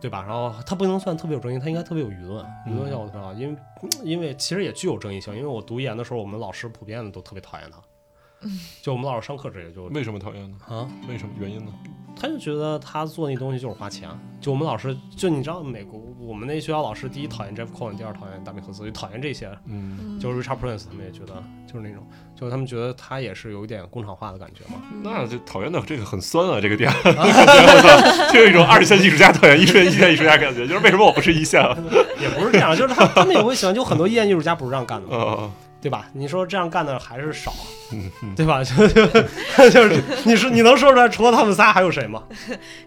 对吧？然后他不能算特别有争议，他应该特别有舆论舆论效果特别好，因为因为其实也具有争议性，因为我读研的时候，我们老师普遍都特别讨厌他，就我们老师上课直接就为什么讨厌呢？啊，为什么原因呢？他就觉得他做那东西就是花钱。就我们老师，就你知道美国我们那学校老师，第一讨厌 Jeff Cohen，第二讨厌达米克斯，就讨厌这些。嗯，嗯就是 Richard Prince 他们也觉得就是那种，就是他们觉得他也是有一点工厂化的感觉嘛。那就讨厌的这个很酸啊，这个点， 我操，就有一种二线艺术家讨厌一线一线艺术家感觉，就是为什么我不是一线啊？ 也不是这样，就是他他们也会喜欢，就很多意见艺术家不是这样干的，啊，对吧？你说这样干的还是少，啊嗯嗯对吧？ 就就就是你说你能说出来，除了他们仨还有谁吗？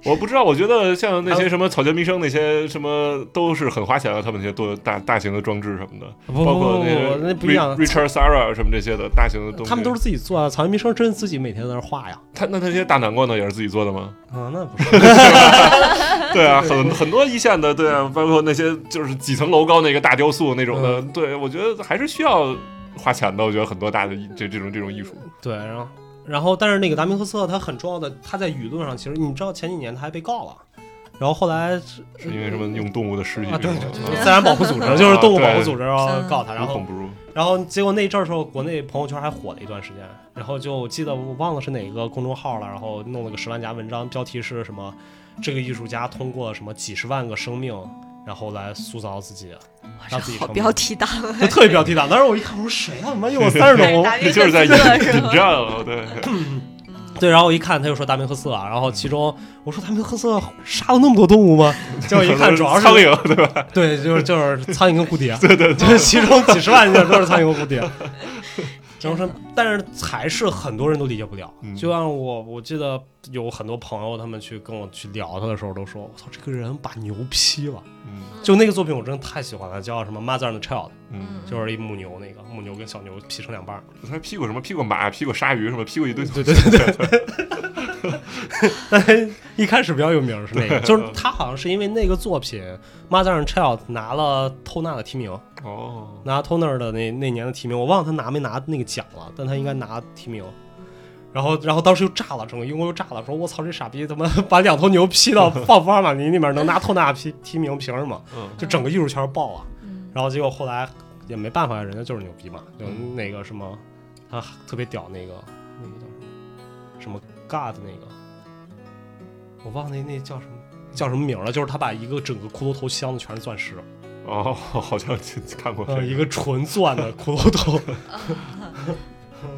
我不知道，我觉得像那些什么草间弥生那些什么都是很花钱啊的，他们那些多大大型的装置什么的，不包括不些不，那不一样 Ri-。Richard Sara 什么这些的大型的东西，他们都是自己做啊，草原弥生真是自己每天在那儿画呀。他那那些大南瓜呢也是自己做的吗？啊，那不是， 对 啊，很很多一线的，对啊，包括那些就是几层楼高那个大雕塑那种的，嗯对我觉得还是需要花钱的。我觉得很多大的艺这这种这种艺术，对，然后然后但是那个达明克斯特他很重要的，他在舆论上其实你知道前几年他还被告了，然后后来是是因为什么用动物的尸体啊，这对种对的对，啊自然保护组织就是动物保护组织，然后嗯告他，然无后孔不入。然后结果那一阵儿时候，国内朋友圈还火了一段时间，然后就记得我忘了是哪个公众号了，然后弄了个十万加文章，标题是什么？这个艺术家通过什么几十万个生命，然后来塑造自己，哇让这自己好成标题党，就特别标题党。当时我一看，我说谁啊？妈，有我三十多达这明 就是在克斯引特是引吗？战了，对， 对，然后我一看，他就说达明克斯啊，然后其中我说达明克斯杀了那么多动物吗？结果 一看，主 要是苍蝇，对吧？ 对，就是就是苍蝇跟蝴蝶， 对对，就是其中几十万件都是苍蝇和蝴蝶。只能说，但是还是很多人都理解不了。嗯就像我，我记得有很多朋友，他们去跟我去聊他的时候，都说：“我操，这个人把牛批了。嗯”就那个作品，我真的太喜欢了，叫什么《Mother and the Child 嗯，》，就是一母牛，那个母牛跟小牛劈成两半儿。他劈过什么？劈过马，劈过鲨鱼，什么劈过一堆。对对对对。 但是一开始比较有名儿是那个，就是他好像是因为那个作品《Mother and Child》拿了透纳的提名。哦，拿 Toner 的那那年的提名，我忘了他拿没拿那个奖了，但他应该拿提名。然后，然后当时又炸了，整个英国又炸了，说我操，这傻逼他妈把两头牛劈到放福尔马林里面，能拿透纳提提名，凭什么？嗯，就整个艺术圈爆啊！嗯然后结果后来也没办法，人家就是牛逼嘛，就那个什么，他特别屌那个那个叫什么什么 God 那个，我忘了那那叫什么叫什么名了，就是他把一个整个骷髅头箱子全是钻石，哦， 好像看过这呃，一个纯钻的骷髅头，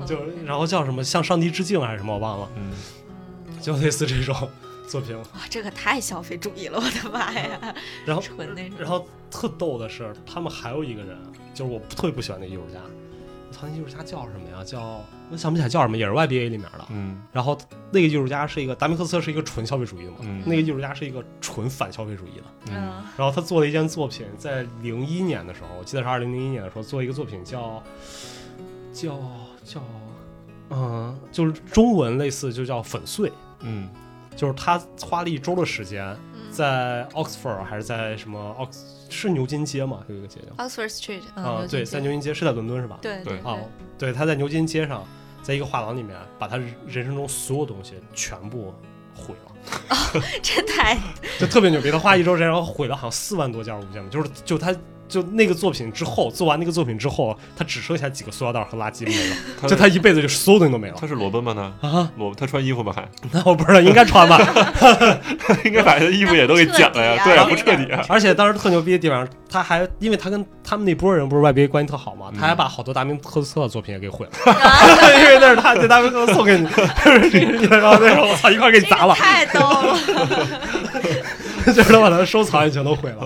就是然后叫什么向上帝致敬还是什么，我忘了，嗯，就类似这种作品。哇，这个太消费主义了，我的妈呀！然后纯那种然后特逗的是，他们还有一个人，就是我特别不喜欢的艺术家，我操，那艺术家叫什么呀？叫我想不起来叫什么，也是 YBA 里面的。嗯然后那个艺术家是一个达明克斯特是一个纯消费主义的嘛，嗯那个艺术家是一个纯反消费主义的。嗯，然后他做了一件作品，在零一年的时候，我记得是二零零一年的时候，做一个作品叫叫叫，嗯、就是中文类似就叫粉碎，嗯，就是他花了一周的时间，嗯在 Oxford 还是在什么奥是牛津街嘛，有一个街叫 Oxford Street，嗯啊、牛津对，街在牛津街是在伦敦是吧？对哦对啊，对，他在牛津街上，在一个画廊里面，把他人人生中所有东西全部毁了。 这太就特别牛逼。他花一周时间，然后毁了好像四万多件物件嘛，就是就他就那个作品之后，做完那个作品之后，他只剩下几个塑料袋和垃圾 没了，他就嗯他一辈子就所有东西都没了他。是裸奔吗？他啊，裸他穿衣服吗？还 那我不知道，应该穿吧。 应该把他衣服 也都给剪了呀，对啊，不彻底啊。而且当时特牛逼的地方，他还因为他跟他们那波人不是 YBA 关系特好嘛，嗯他还把好多达明克斯特的作品也给毁了，因为那是他这达明克斯特送给你， 然后那时候我操一块儿给你 砸了，太逗了，就是他把他的收藏也全都毁了。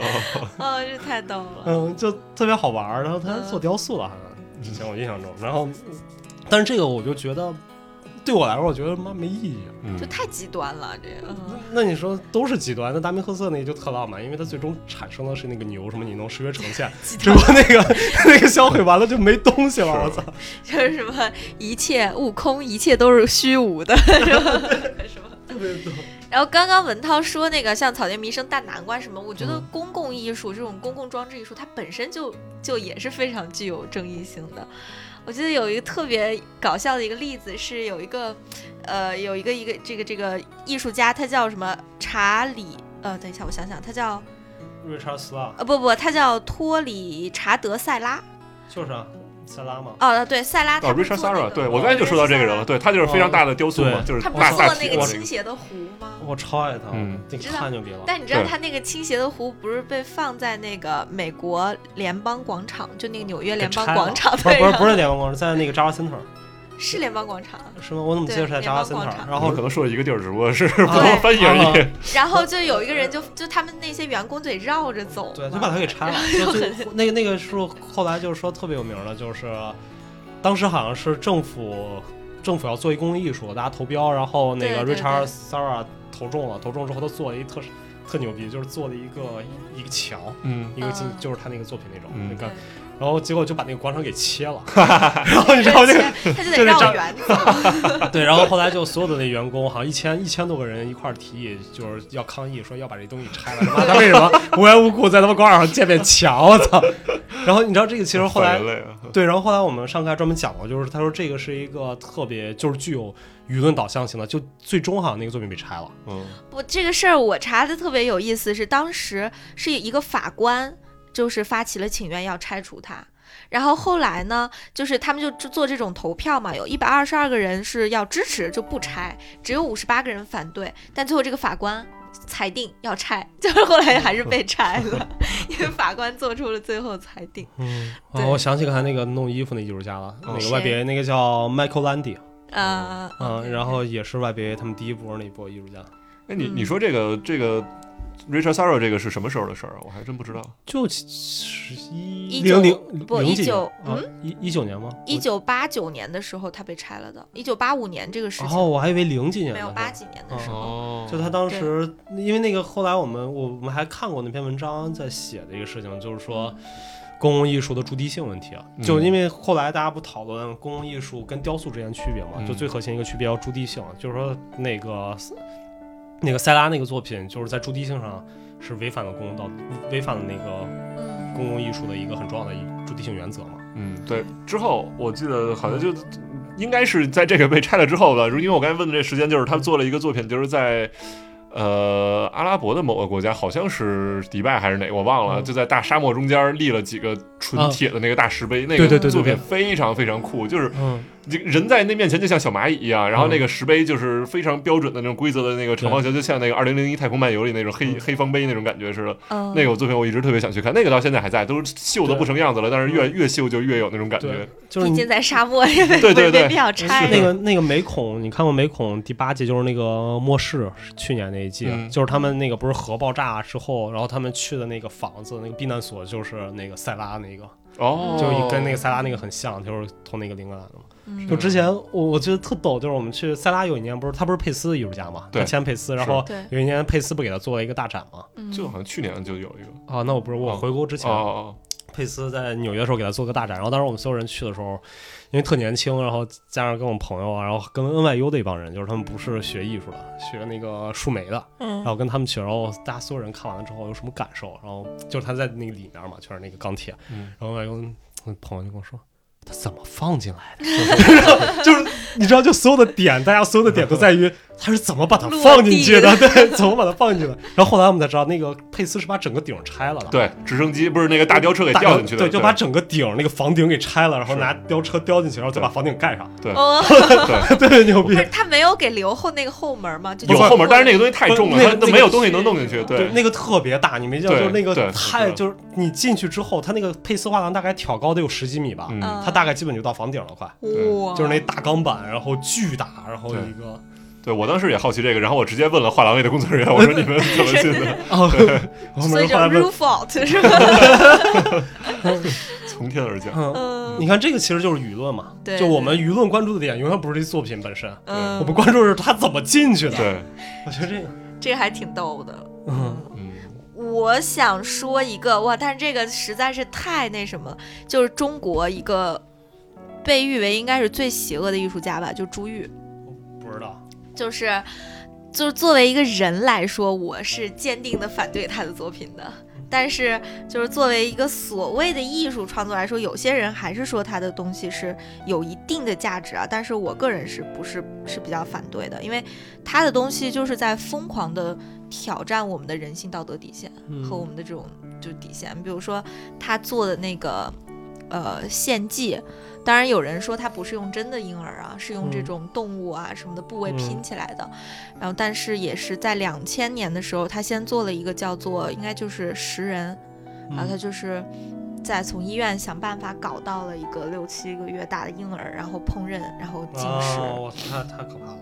哦，这太逗了。嗯，就特别好玩儿。然后嗯他做雕塑了，好像之前我印象中。然后，但是这个我就觉得，对我来说，我觉得妈没意义。啊嗯就太极端了，这个嗯那你说都是极端，那达明克斯特那个就特浪漫，因为它最终产生的是那个牛什么你能识别呈现，只不过那个那个销毁完了就没东西了，我操！ 就是什么一切悟空，一切都是虚无的，是 吧？是吧？特别逗。然后刚刚文涛说那个像草间弥生、大南瓜什么，我觉得嗯公共艺术这种公共装置艺术，它本身就就也是非常具有争议性的。我记得有一个特别搞笑的一个例子是有一个，呃，有一个一个这个这个艺术家，他叫什么查理？呃，等一下，我想想，他叫瑞查斯啊，呃不不，他叫托里查德塞拉。就是啊，塞拉嘛，哦，对，塞拉哦他不是，Richard 做那 Sara，个对我刚才就说到这个人了，，对他就是非常大的雕塑嘛，对就是他不大是萨做提那我个这倾斜的湖吗？我超爱他，嗯那知道看就给了。但你知道对他那个倾斜的湖不是被放在那个美国联邦广场，就那个纽约给联邦拆了广场，不是对，不是然后不是联邦广场，在那个 Java Center 是联邦广场。是吗？我怎么记得是在对 Java 联邦广 Center？场然我后们可能说了一个地儿，只不过是 不同翻译而啊已。然后就有一个人就就他们那些员工得绕着走嘛，对，就把它给 拆了。就就那个那个是后来就是说特别有名的，就是当时好像是政府政府要做一公共艺术，大家投标，然后那个对对 Richard 对 Sara 投中了，投中之后他做了一特特牛逼，就是做了一个一个桥，嗯一个进嗯就是他那个作品那种，嗯你对看，然后结果就把那个广场给切 了，然后你知道这个他这就得是绕张远走。 对，然后后来就所有的那员工，好像一千一千多个人一块儿提议，就是要抗议，说要把这东西拆了。他 妈他为什么无缘无故在他们广场上建面墙？我 操！然后你知道这个其实后反来人类啊，对，然后后来我们上课还专门讲过，就是他说这个是一个特别就是具有舆论导向性的，就最终好像那个作品被拆了。嗯我这个事儿我查的特别有意思，是当时是一个法官，就是发起了请愿要拆除它。然后后来呢，就是他们就做这种投票嘛，有一百二十二个人是要支持就不拆，只有五十八个人反对，但最后这个法官裁定要拆， 就是后来还是被拆了， 因为法官做出了最后裁定。嗯，对啊，我想起刚才那个弄衣服那艺术家了，那个谁 YBA 那个叫 Michael Landy，啊、哦嗯，然后也是 YBA 他们第一波那波艺术家。哎，你嗯你说这个这个 Richard Sara 这个是什么时候的事儿啊？我还真不知道。就十一19零零不零几19年啊一一九年吗？一九八九年的时候他被拆了的，一九八五年这个事情、哦，我还以为零几年呢没有八几年的时候。哦就他当时，因为那个后来我们我我们还看过那篇文章在写的一个事情，就是说公共艺术的驻地性问题啊。嗯就因为后来大家不讨论公共艺术跟雕塑之间的区别嘛，嗯就最核心一个区别要驻地性，啊就是说那个那个塞拉那个作品就是在驻地性上是违反了公共道违反了那个嗯公共艺术的一个很重要的一驻地性原则嘛。嗯，对。之后我记得好像就应该是在这个被拆了之后吧，如因为我刚才问的这时间就是他做了一个作品，就是在。呃，阿拉伯的某个国家，好像是迪拜还是哪个，我忘了，嗯就在大沙漠中间立了几个啊纯铁的那个大石碑，对那对个对对作品对非常非常酷，就是嗯，这个人在那面前就像小蚂蚁一样，然后嗯那个石碑就是非常标准的那种规则的那个长方形，就像那个《二零零一太空漫游》里那种黑嗯黑方碑那种感觉似的。嗯，那个作品我一直特别想去看，那个到现在还在，都是锈的对不成样子了，但是越越锈就越有那种感觉对。，就是毕你竟在沙漠里，对对对没必要是拆。那个那个美恐，你看过美恐第八季，就是那个末世，是去年那一季，嗯就是他们那个不是核爆炸之后，然后他们去的那个房子，那个避难所就是那个塞拉那个，哦，就是跟那个塞拉那个很像，就是从那个灵感来的嘛。嗯就之前我我觉得特逗，就是我们去塞拉有一年不是他不是佩斯艺术家嘛，对他签佩斯，然后对，有一年佩斯不给他做了一个大展嘛？嗯就好像去年就有一个啊，那我不是我哦回国之前哦哦，佩斯在纽约的时候给他做个大展，然后当时我们所有人去的时候，因为特年轻，然后加上跟我朋友啊，然后跟 NYU 的一帮人，就是他们不是学艺术的，学那个树莓的，然嗯后跟他们去，然后大家所有人看完了之后有什么感受？然后就是他在那个里面嘛，全是那个钢铁，嗯然后 NYU 嗯朋友就跟我说。他怎么放进来的？就是你知道，就所有的点，大家所有的点都在于他是怎么把它放进去的，对，怎么把它放进去的。然后后来我们才知道，那个佩斯是把整个顶拆了的，哦对，直升机不是那个大吊车给大掉吊进去的，对，就把整个顶儿那个房顶给拆了，然后是拿吊车吊进去，然后再把房顶盖上， 哦，对特别牛不逼。是他没有给留后那个后门吗？就有后门，但是那个东西太重了，那个它那它个没有东西能弄进去，对，那个特别大，你没见过，对就是那对个我知太道就是你进去之后，它那个配丝画廊大概挑高得有十几米吧，嗯它大概基本就到房顶了，快，哇，就是那大钢板，然后巨大，然后对一个对我当时也好奇这个，然后我直接问了画廊里的工作人员，我说你们怎么 进的？哦，我所们以就后来问 roof out 是吧？从天 而降，嗯，嗯你看这个其实就是舆论嘛，对就我们舆论关注的点永远不是这作品本身，嗯，我们关注的是它怎么进去的。对，我觉得这个，这个还挺逗的。嗯，嗯。我想说一个哇，但是这个实在是太那什么，就是中国一个被誉为应该是最邪恶的艺术家吧，就朱玉。嗯不知道，就是就是作为一个人来说，我是坚定的反对他的作品的。但是，就是作为一个所谓的艺术创作来说，有些人还是说他的东西是有一定的价值啊。但是我个人是不是是比较反对的，因为他的东西就是在疯狂的挑战我们的人性道德底线。嗯和我们的这种就是底线。比如说他做的那个呃献祭。当然，有人说它不是用真的婴儿啊，是用这种动物啊什么的部位拼起来的。然后，但是也是在两千年的时候，他先做了一个叫做应该就是食人，嗯然后他就是在从医院想办法搞到了一个六七个月大的婴儿，然后烹饪，然后进食。啊，我太太可怕了。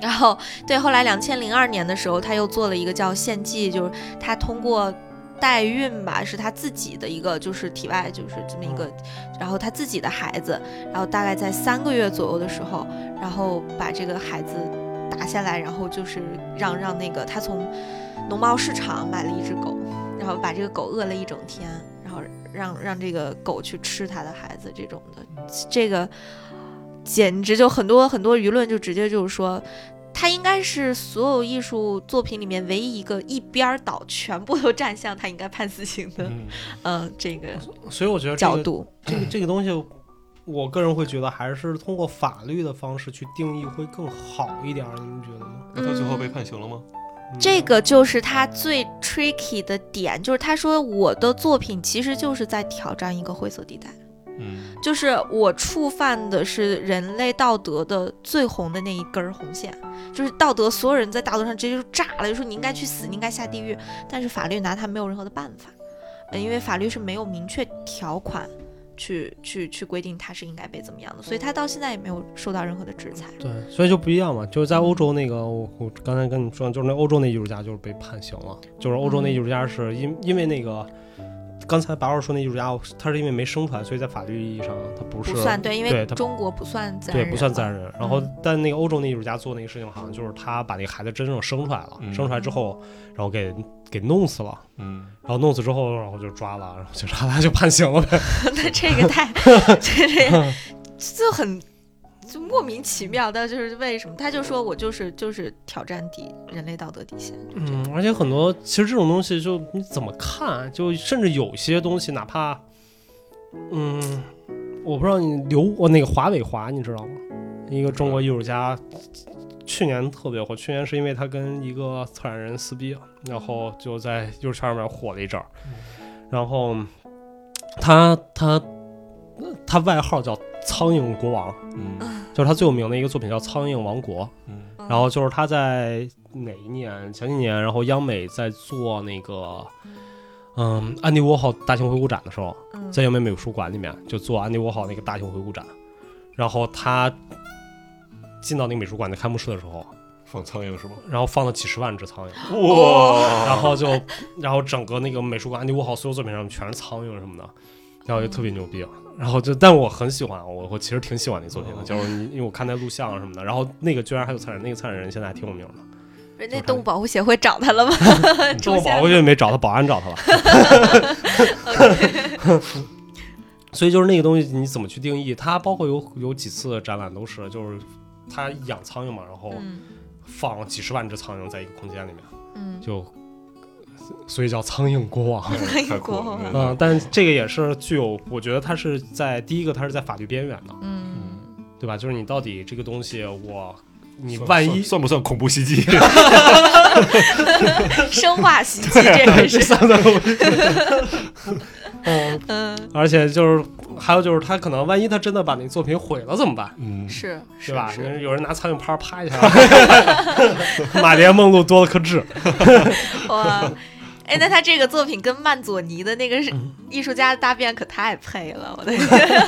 然后对，后来两千零二年的时候，他又做了一个叫献祭，就是他通过代孕吧，是他自己的一个，就是体外就是这么一个，然后他自己的孩子，然后大概在三个月左右的时候，然后把这个孩子打下来，然后就是让让那个他从农贸市场买了一只狗，然后把这个狗饿了一整天，然后让让这个狗去吃他的孩子这种的，这个。简直就很多很多舆论就直接就是说，他应该是所有艺术作品里面唯一一个一边儿倒全部都站向他应该判死刑的，嗯，嗯，这个所以我觉得这角个度，这个这个东西，我个人会觉得还是通过法律的方式去定义会更好一点儿，你们觉得呢？嗯那他最后被判刑了吗？嗯这个就是他最 tricky 的点，就是他说我的作品其实就是在挑战一个灰色地带，嗯，就是我触犯的是人类道德的最红的那一根儿红线，就是道德，所有人在道德上直接就炸了，就说你应该去死，你应该下地狱，但是法律拿他没有任何的办法，呃，因为法律是没有明确条款去去去规定他是应该被怎么样的，所以他到现在也没有受到任何的制裁。对，所以就不一样嘛，就是在欧洲那个，我我刚才跟你说，就是那欧洲那艺术家就是被判刑了，就是欧洲那艺术家嗯是因因为那个。刚才白老师说那艺术家，他是因为没生出来，所以在法律意义上他不是啊不算对，因为对他中国不算自然对，人，不算自然。人。然后嗯，但那个欧洲那艺术家做那个事情，好像就是他把那个孩子真正生出来了，嗯生出来之后，然后给给弄死了，嗯，然后弄死之后，然后就抓了，然后警察来就判刑了呗。那这个太，这这个就很就莫名其妙，但就是为什么？他就说我就是就是挑战底人类道德底线，就这样。嗯，而且很多其实这种东西就你怎么看，啊就甚至有些东西，哪怕，嗯，我不知道你刘我那个华伟华你知道吗？一个中国艺术家，去年特别火，去年是因为他跟一个策展人撕逼，然后就在艺术圈里面火了一阵儿，然后他他他外号叫苍蝇国王，嗯 就是他最有名的一个作品叫《苍蝇王国》。嗯然后就是他在哪一年？前几年，然后央美在做那个，嗯，安迪沃霍大型回顾展的时候，嗯，在央美美术馆里面就做安迪沃霍那个大型回顾展。然后他进到那个美术馆的开幕式的时候，放苍蝇是吗？然后放了几十万只苍蝇，哇，然后就，然后整个那个美术馆安迪沃霍所有作品上面全是苍蝇什么的，然后就特别牛逼。然后就，但我很喜欢，我我其实挺喜欢那作品的，就是你因为我看那录像啊什么的，然后那个居然还有策展，那个策展人现在还挺有名的。人类动物保护协会找他了吗？这我保护就没找他，保安找他了。所以就是那个东西，你怎么去定义？它包括有有几次的展览都是，就是他养苍蝇嘛，然后哦嗯放几十万只苍蝇在一个空间里面，嗯，就所以叫苍蝇国王。太酷 了，嗯，但这个也是具有，我觉得它是在第一个，它是在法律边缘的，嗯，对吧？就是你到底这个东西我，你算万一算不算恐怖袭击？嗯生 化袭击 这个是，算算我， 嗯， 嗯，而且就是还有就是他可能万一他真的把那作品毁了怎么办？嗯，是对是吧？是你有人拿苍蝇拍儿啪一下， 马莲梦露多了颗痣。 哇。哎，那他这个作品跟曼佐尼的那个是嗯艺术家的大便可太配了，我的天！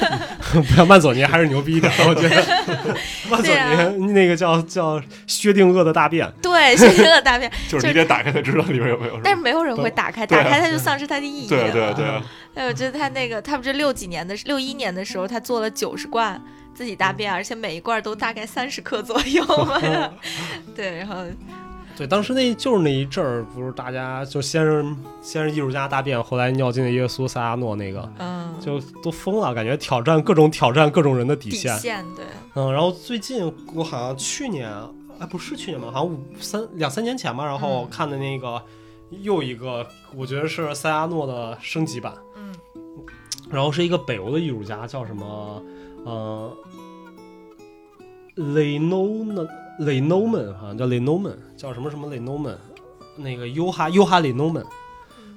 不要慢佐尼还是牛逼一点的，我觉得 慢对啊佐尼那个叫叫薛定谔的大便，对，是这个大便，就是你得打开才知道里面有没有。但是没有人会打开，对打啊开它就丧失它的意义了。对啊对对，哎，我觉得他那个，他不是六几年的，六一年的时候，他做了九十罐自己大便，而且每一罐都大概三十克左右 嘛。对，然后对，当时那就是那一阵儿，不是大家就先是先是艺术家大便，后来尿进了耶稣萨拉诺那个，嗯，就都疯了，感觉挑战各种挑战各种人的底底线。线对，嗯，然后最近我好像去年，哎，不是去年吧，好像五三两三年前吧，然后嗯看的那个、又一个，我觉得是塞阿诺的升级版，嗯然后是一个北欧的艺术家，叫什么，呃，雷诺曼，雷诺曼，好像叫雷诺曼，叫什么什么雷诺曼，那个尤哈尤哈雷诺曼，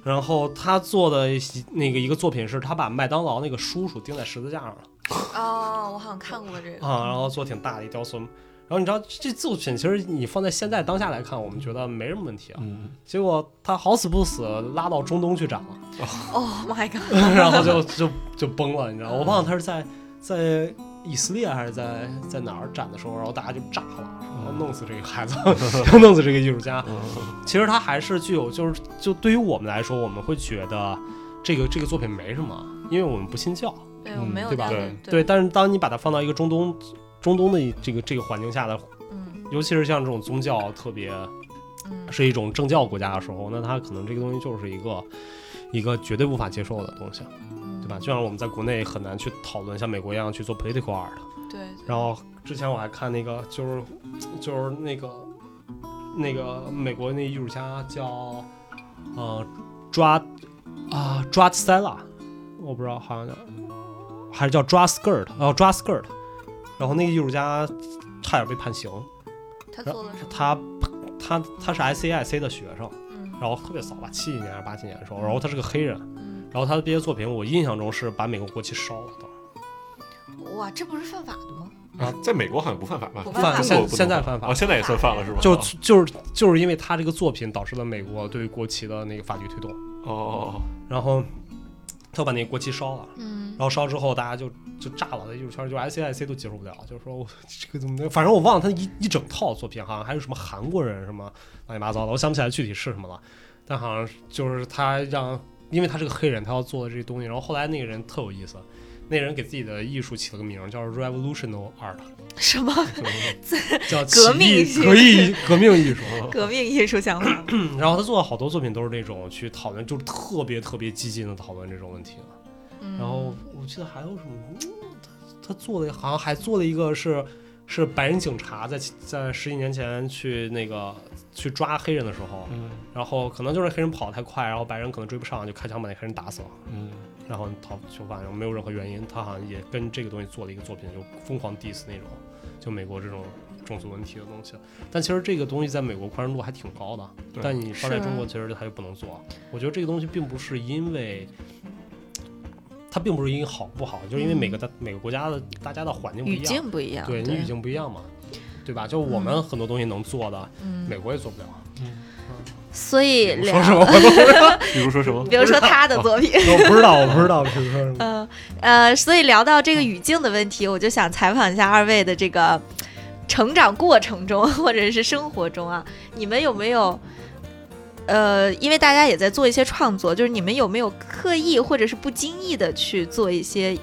然后他做的一些那个一个作品是，他把麦当劳那个叔叔钉在十字架上了哦，我好像看过这个啊，然后做挺大的一雕塑。然后你知道这作品其实你放在现在当下来看，我们觉得没什么问题啊。嗯，结果他好死不死拉到中东去展了， 哦 my god，然后就就就崩了，你知道吗？我忘了他是在在以色列还是在在哪儿展的时候，然后大家就炸嗯了，说要弄死这个孩子， 要弄死这个艺术家。嗯其实他还是具有，就是就对于我们来说，我们会觉得这个这个作品没什么，因为我们不信教。 对我没嗯有哦对吧那个对，，但是当你把它放到一个中东中东的一这个这个环境下的，嗯尤其是像这种宗教特别嗯，是一种政教国家的时候，那它可能这个东西就是一个一个绝对无法接受的东西，嗯对吧？就像我们在国内很难去讨论像美国一样去做 political art。对？对，然后之前我还看那个，就是就是那个呃那个美国那艺术家叫呃抓啊抓 Stella，我不知道好像叫还是叫抓 Skirt，哦抓 Skirt，然后那个艺术家差点被判刑，他做了什么？他他他是 SAIC 的学生，嗯然后特别早吧，七几年还是八几年的时候，然后他是个黑人，嗯，然后他的这些作品我印象中是把美国国旗烧了的。嗯哇，这不是犯法的吗？啊，在美国好像不犯法吧？不犯中国现不现在犯犯法哦，现在也算犯了是吧？就哦就是就是因为他这个作品导致了美国对于国旗的那个法律推动，哦哦哦，然后他把那个国旗烧了，嗯 然，后烧之后大家就就炸了，艺术圈就哎 S I C 都接受不了，就是说我这个怎么能，反正我忘了他一一整套作品，好像还有什么韩国人什么乱七八糟的，我想不起来具体是什么了，但好像就是他让，因为他是个黑人，他要做的这些东西，然后后来那个人特有意思。那人给自己的艺术起了个名儿，叫 Revolutional Art，什么叫革 命起义革意革命艺术。革命艺术想法？然后他做的好多作品都是那种去讨论，就是特别特别激进的讨论这种问题了。嗯然后我记得还有什么，嗯他他做的好像还做了一个是是白人警察在在十几年前去那个去抓黑人的时候，嗯然后可能就是黑人跑得太快，然后白人可能追不上，就开枪把那黑人打死了。嗯，然后他就反正没有任何原因，他好像也跟这个东西做了一个作品，就疯狂 diss 那种，就美国这种种族问题的东西。但其实这个东西在美国宽容度还挺高的，对但你放在是啊中国其实它就不能做。我觉得这个东西并不是因为。它并不是因为好不好，就是因为每个大、每个国家的大家的环境不语一样，境不一样，对你语境不一样嘛，对吧？就我们很多东西能做的，嗯，美国也做不了。所以你说聊，什么我都 比如说什么比如说他的作品，嗯 我不知道，我不知道，比如说什么。嗯呃，所以聊到这个语境的问题，我就想采访一下二位的这个成长过程中，或者是生活中啊，你们有没有？呃，因为大家也在做一些创作，就是你们有没有刻意或者是不经意的去做一些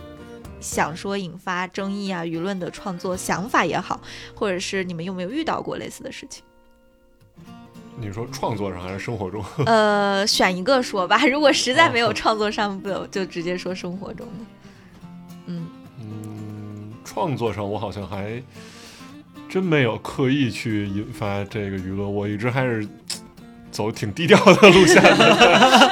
想说引发争议啊、舆论的创作想法也好，或者是你们有没有遇到过类似的事情？ 你说创作上还是生活中？呃，选一个说吧。如果实在没有哦创作上的，就直接说生活中的。嗯，嗯，创作上我好像还真没有刻意去引发这个舆论，我一直还是走挺低调的路线的。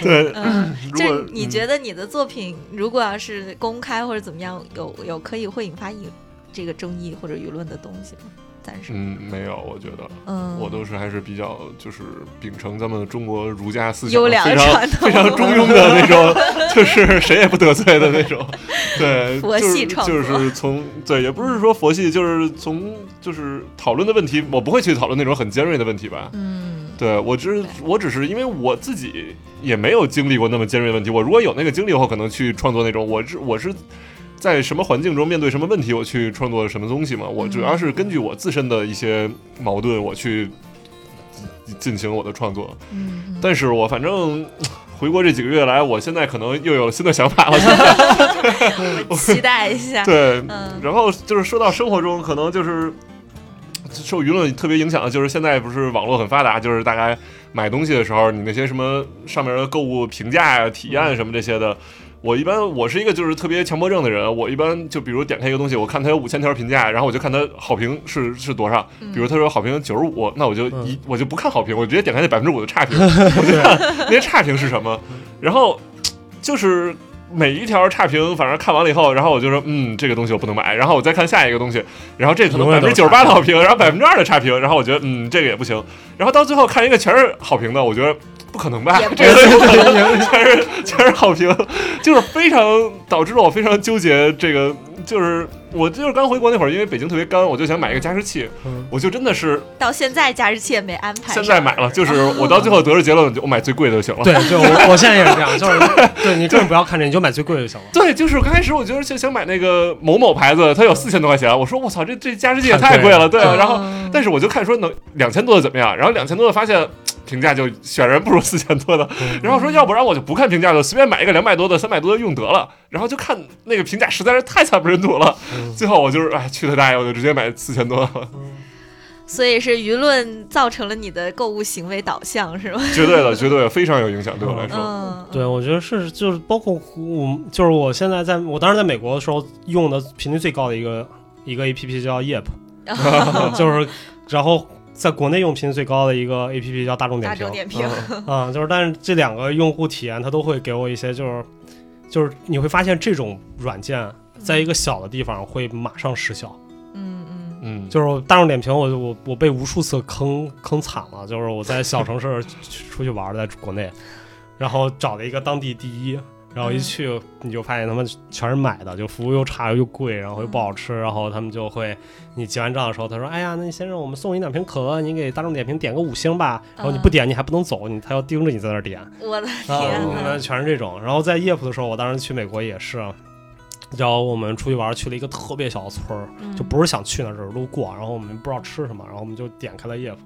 对，嗯，如就果是你觉得你的作品如果要是公开或者怎么样，有有可以会引发引这个争议或者舆论的东西吗？暂时，嗯没有，我觉得嗯，我都是还是比较就是秉承咱们中国儒家思想优良非的常传统，非常中庸的那 种，就是谁也不得罪的那种。对，佛系就创是作就是从对，也不是说佛系，就是从就是讨论的问题，我不会去讨论那种很尖锐的问题吧。嗯， 对我只是我只是因为我自己也没有经历过那么尖锐的问题，我如果有那个经历的话，可能去创作那种我是我是。在什么环境中面对什么问题，我去创作什么东西嘛？嗯我主要是根据我自身的一些矛盾，我去进行我的创作。嗯，但是我反正回国这几个月来，我现在可能又有了新的 想法了。嗯期待一下，对，嗯然后就是说到生活中，可能就是受舆论特别影响的，就是现在不是网络很发达，就是大家买东西的时候，你那些什么上面的购物评价呀、体验什么这些的。我一般我是一个就是特别强迫症的人，我一般就比如点开一个东西，我看它有五千条评价，然后我就看它好评是是多少。比如他说好评九十五，那我就一、我就不看好评，我直接点开那百分之五的差评，我就看那些差评是什么。然后就是每一条差评，反正看完了以后，然后我就说，嗯，这个东西我不能买，然后我再看下一个东西，然后这可能永百远分都之是九十八的好评，然后百分之二的差评，然后我觉得，嗯，这个也不行，然后到最后看一个全是好评的，我觉得不可能吧也，不这个不可能，全是全是好评，就是非常导致了我非常纠结，这个就是我就是刚回国那会儿，因为北京特别干，我就想买一个加湿器，嗯我就真的是到现在假日期也没安排。现在买了，就是我到最后得出结论，我买最贵的就行了。对，就我我现在也是这样，就是对你根本不要看这，你就买最贵的就行了。对，就是刚开始我觉得就想买那个某某牌子，它有四千多块钱，我说我操，这这加湿器也太太贵贵了，对啊。嗯然后，但是我就看说能两千多的怎么样，然后两千多的发现嘖嗯评价就 显然不如四千多的，嗯然后说要不然我就不看评价了，随便买一个两百多的、三百多的用得了。然后就看那个评价实在是太惨不忍睹了，嗯最后我就是哎去他大爷，我就直接买四千多了，所以是舆论造成了你的购物行为导向，是吗？绝对的，绝对的非常有影响对我来说。嗯，对，我觉得是，就是包括我，就是我现在在我当时在美国的时候用的频率最高的一个一个 A P P 叫 Yelp，就是嗯 然后在国内用频率最高的一个 A P P 叫大众点大评众点评，啊、就是但是这两个用户体验它都会给我一些就是就是你会发现这种软件在一个小的地方会马上失效。嗯嗯，嗯，就是大众点评我，我我被无数次坑坑惨了。就是我在小城市去出去玩儿，在国内，然后找了一个当地第一，然后一嗯去你就发现他们全是买的，就服务又差又贵，然后又不嗯好吃，然后他们就会你结完账的时候，他说：“哎呀，那先生，我们送你两瓶可乐，你给大众点评点个五星吧。”然后你不嗯点，你还不能走，你他要盯着你在那儿点。我的啊，天我呐，们全是这种。然后在 Yelp 的时候，我当时去美国也是，啊然后我们出去玩儿去了一个特别小的村儿。嗯就不是想去那儿，只是路过，然后我们不知道吃什么，然后我们就点开了 Yelp，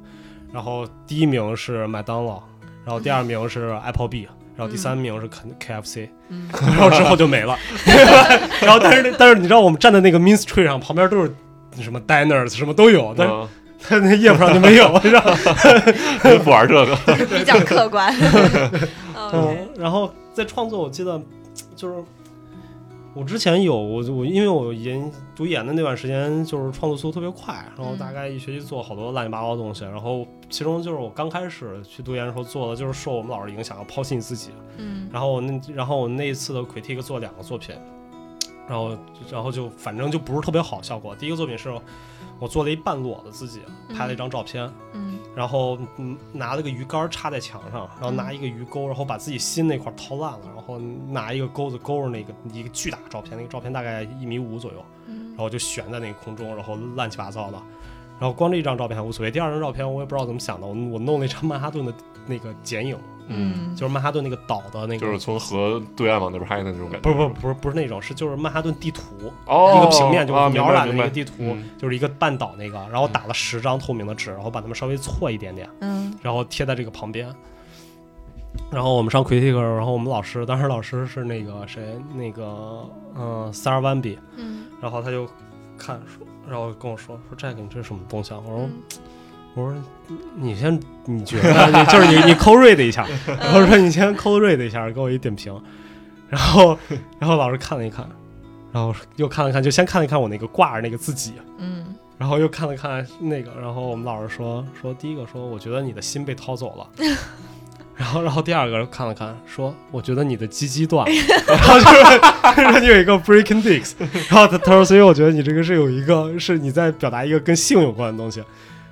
然后第一名是麦当劳，然后第二名是 Applebee，然后第三名是肯 KFC，嗯然后之后就没了。 然后但是但是你知道我们站在那个 Main Street 上，旁边都是。什么 diners 什么都有， 但是嗯他那 Yelp 上就没有，然后我不 玩这个，比较客 观。OK，嗯，然后在创作，我记得就是我之前有我我因为我研读研的那段时间，就是创作速度特别快，然后大概一学期做好多乱七八糟的东西，然后其中就是我刚开始去读研的时候做的，就是受我们老师影响，抛弃你自己。嗯然后我那然后我那一次的 critique 做两个作品，然后然后就反正就不是特别好效果。第一个作品是我做了一半裸的自己，拍了一张照片，嗯然后嗯拿了个鱼竿插在墙上，然后拿一个鱼钩，然后把自己心那块掏烂了，然后拿一个钩子勾着那个一个巨大的照片，那个照片大概一米五左右，嗯然后就悬在那个空中，然后乱七八糟的。然后光这一张照片还无所谓，第二张照片我也不知道怎么想的，我我弄了一张曼哈顿的那个剪影，嗯，嗯，就是曼哈顿那个岛的那个，就是从河对岸往那边拍的那种感觉。不是不是不是不是那种，是就是曼哈顿地图，哦，一个平面就是啊描明白染的明一白个地图，嗯就是一个半岛那个，然后打了十张透明的纸，然后把它们稍微错一点点。嗯然后贴在这个旁边。然后我们上 critic，然后我们老师当时老师是那个谁，那个嗯塞尔万比，嗯然后他就看说，然后跟我说说 Jack 你这是什么东西啊？我说我说你先你觉得你就是你你抠瑞的一下，然后说你先抠瑞的一下，给我一点评。然后然后老师看了一看，然后又看了看，就先看了看我那个挂着那个啊自己，嗯然后又看了看那个，然后我们老师说说第一个说，我觉得你的心被掏走了。然后，然后第二个看了看，说我觉得你的鸡鸡断了， 然后就是 让你有一个 breaking dicks，然后他他说，所以我觉得你这个是有一个是你在表达一个跟性有关的东西，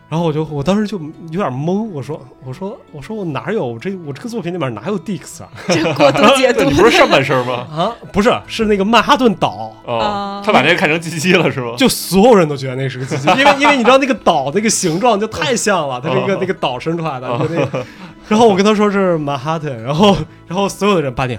然后我就我当时就有点懵，我说我说我说我哪有我这我这个作品里面哪有 dicks 啊这过度解 对读你不是上半身 吗？啊不是是那个曼哈顿岛，哦啊，他把这个看成鸡鸡了是吗？就所有人都觉得那是个机器，因为因为你知道那个岛那个形状就太像了，它是一个哦那个岛伸出来的，就那个。然后我跟他说是曼哈顿，然后然后所有的人八点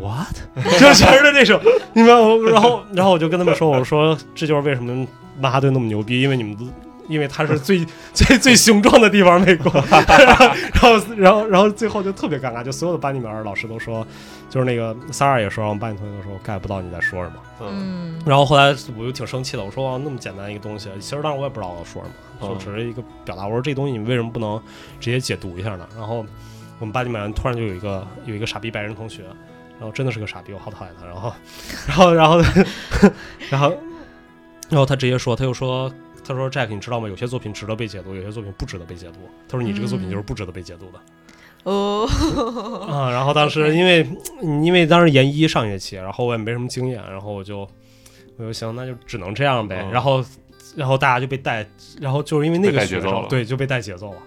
，what，就 全是那种，你们我然后然后我就跟他们说，我说这就是为什么曼哈顿那么牛逼，因为你们都。因为它是最最最雄壮的地方，美国。 然后，然后，然后最后就特别尴尬，就所有的班里面老师都说，就是那个三二也说，我们班里同学都说我 get 不到你在说什么。嗯嗯然后后来我就挺生气的，我说、啊、那么简单一个东西，其实当时我也不知道我要说什么，嗯就只是一个表达。我说这东西你为什么不能直接解读一下呢？然后我们班里面突然就有一个有一个傻逼白人同学，然后真的是个傻逼，我好讨厌他。然后， 然后，然后， 然后，然后他直接说，他又说，他说 Jack，你知道吗？有些作品值得被解读，有些作品不值得被解读。他说你这个作品就是不值得被解读的。哦， 啊，然后当时因为因为当时研一上学期，然后我也没什么经验，然后我就我就行，那就只能这样呗。嗯然后然后大家就被带，然后就是因为那被个带学节奏生了对就被带节奏了，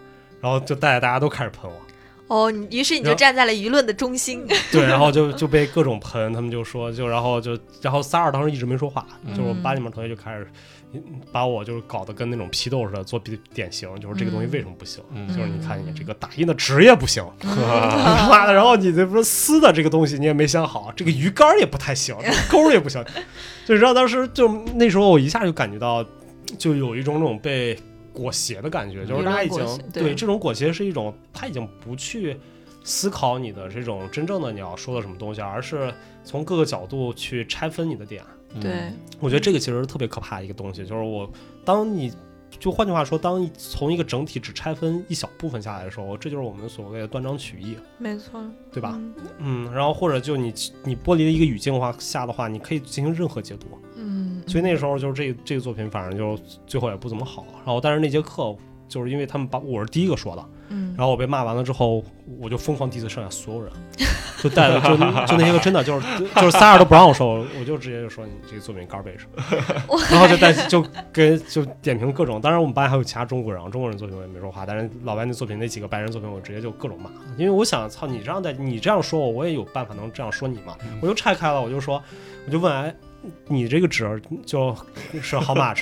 然后就带着大家都开始喷我，哦，你于是你就然后站在了舆论的中心。对，然后就就被各种喷，他们就说就然后就然后三二当时一直没说话，嗯就是我们班里面同学就开始把我就是搞得跟那种批斗似的，做比典型，就是这个东西为什么不行？嗯就是你看你这个打印的纸也不行， 他妈的，然后 你这不是撕的这个东西你也没想好，这个鱼竿也不太行，这个钩儿也不行， 就是让当时就那时候我一下就感觉到，就有一种那种被裹挟的感觉，就是大家已舆经论裹挟对对这种裹挟是一种他已经不去思考你的这种真正的你要说的什么东西，而是从各个角度去拆分你的点。 嗯对，我觉得这个其实是特别可怕的一个东西，就是我当你就换句话说，当你从一个整体只拆分一小部分下来的时候，这就是我们所谓的断章取义，没错，对吧？嗯？嗯，然后或者就你你剥离了一个语境的话下的话，你可以进行任何解读。嗯，所以那时候就是这个这个作品，反正就最后也不怎么好。然后但是那节课就是因为他们把我是第一个说的，嗯，然后我被骂完了之后，我就疯狂 diss 剩下所有人，就带着就就那些个真的就是就是仨人都不让我说，我就直接就说你这个作品 garbage，我然后就带就跟就点评各种。当然我们班还有其他中国人，中国人作品我也没说话，但是老外那作品那几个白人作品我直接就各种骂，因为我想操你这样的你这样说我，我也有办法能这样说你嘛嗯，我就拆开了，我就说我就问哎。你这个纸就是好 much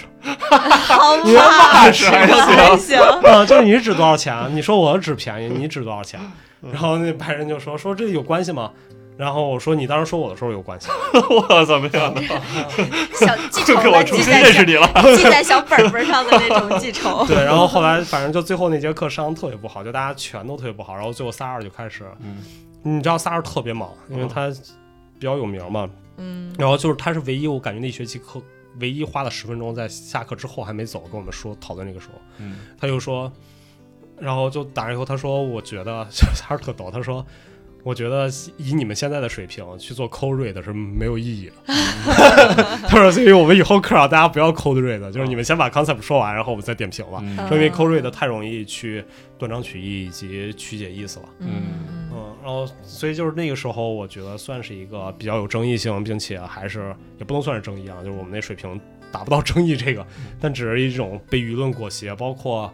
好你要嘛，那 是还行。还 行，啊，就是你纸多少钱？啊你说我的纸便宜，你纸多少钱？啊然后那白人就说说这有关系吗？然后我说你当时说我的时候有关系，我怎么样的？小记仇就给了，我记重新在认识小你了。 记在小本本上的那种记仇。 对。然后后来反正就最后那节课上的特别不好，就大家全都特别不好。然后最后仨二就开始，嗯你知道仨二特别忙，因为他比较有名嘛。嗯，然后就是他是唯一我感觉那学期课唯一花了十分钟在下课之后还没走跟我们说讨论这个时候。嗯，他就说，然后就打上以后，他说：“我觉得 他是特逗，他说。”我觉得以你们现在的水平去做 cold read 是没有意义的。 他说，所以我们以后课上大家不要 cold read，就是你们先把 concept 说完，然后我们再点评吧。嗯说因为 cold read 太容易去断章取义以及曲解意思了。嗯嗯，然后所以就是那个时候，我觉得算是一个比较有争议性，并且还是也不能算是争议啊，就是我们那水平达不到争议这个，但只是一种被舆论裹挟，包括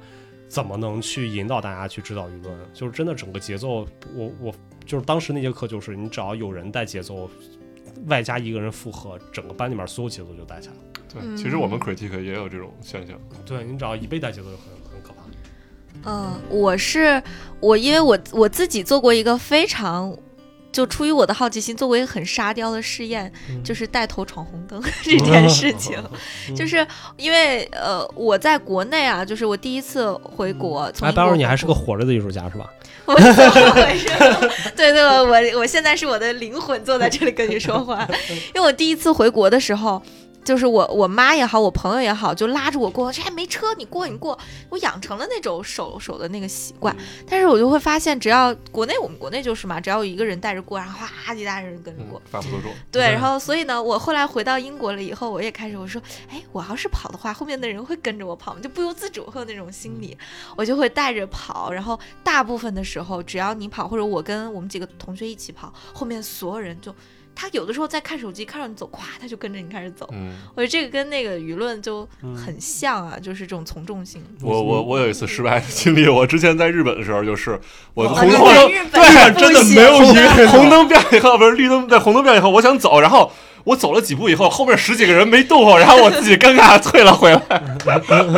怎么能去引导大家去指导舆论，就是真的整个节奏，我我就是当时那节课就是你只要有人带节奏，外加一个人附和，整个班里面所有节奏就带起来了。对，其实我们 critic 也有这种现象。对你只要一被带节奏就很很可怕。嗯，我是我，因为我我自己做过一个非常。就出于我的好奇心，做过一个很沙雕的试验，嗯就是带头闯红灯 这件事情。哦就是因为呃，我在国内啊，就是我第一次回国，从哎，英国白回你还是个国活着的艺术家是吧？ 我怎么回事？对对，我我现在是我的灵魂坐在这里跟你说话，因为我第一次回国的时候。就是我，我妈也好，我朋友也好，就拉着我过，说哎没车，你过你过。我养成了那种手手的那个习惯，但是我就会发现，只要国内我们国内就是嘛，只要有一个人带着过，然后哗一大人跟着过嗯，，法不责众。对，对然后所以呢，我后来回到英国了以后，我也开始我说，哎，我要是跑的话，后面的人会跟着我跑，就不由自主会有那种心理，嗯我就会带着跑。然后大部分的时候，只要你跑，或者我跟我们几个同学一起跑，后面所有人就，他有的时候在看手机，看到你走，咵，他就跟着你开始走。嗯，我觉得这个跟那个舆论就嗯很像啊，就是这种从 众心。我我我有一次失败的经历，我之前在日本的时候，就是我哇红那灯你在日本对，不真的行没有的一个人红灯变以后，不是绿灯，在红灯变以后，我想走，然后我走了几步以后，后面十几个人没动，然后我自己尴尬地退了回来。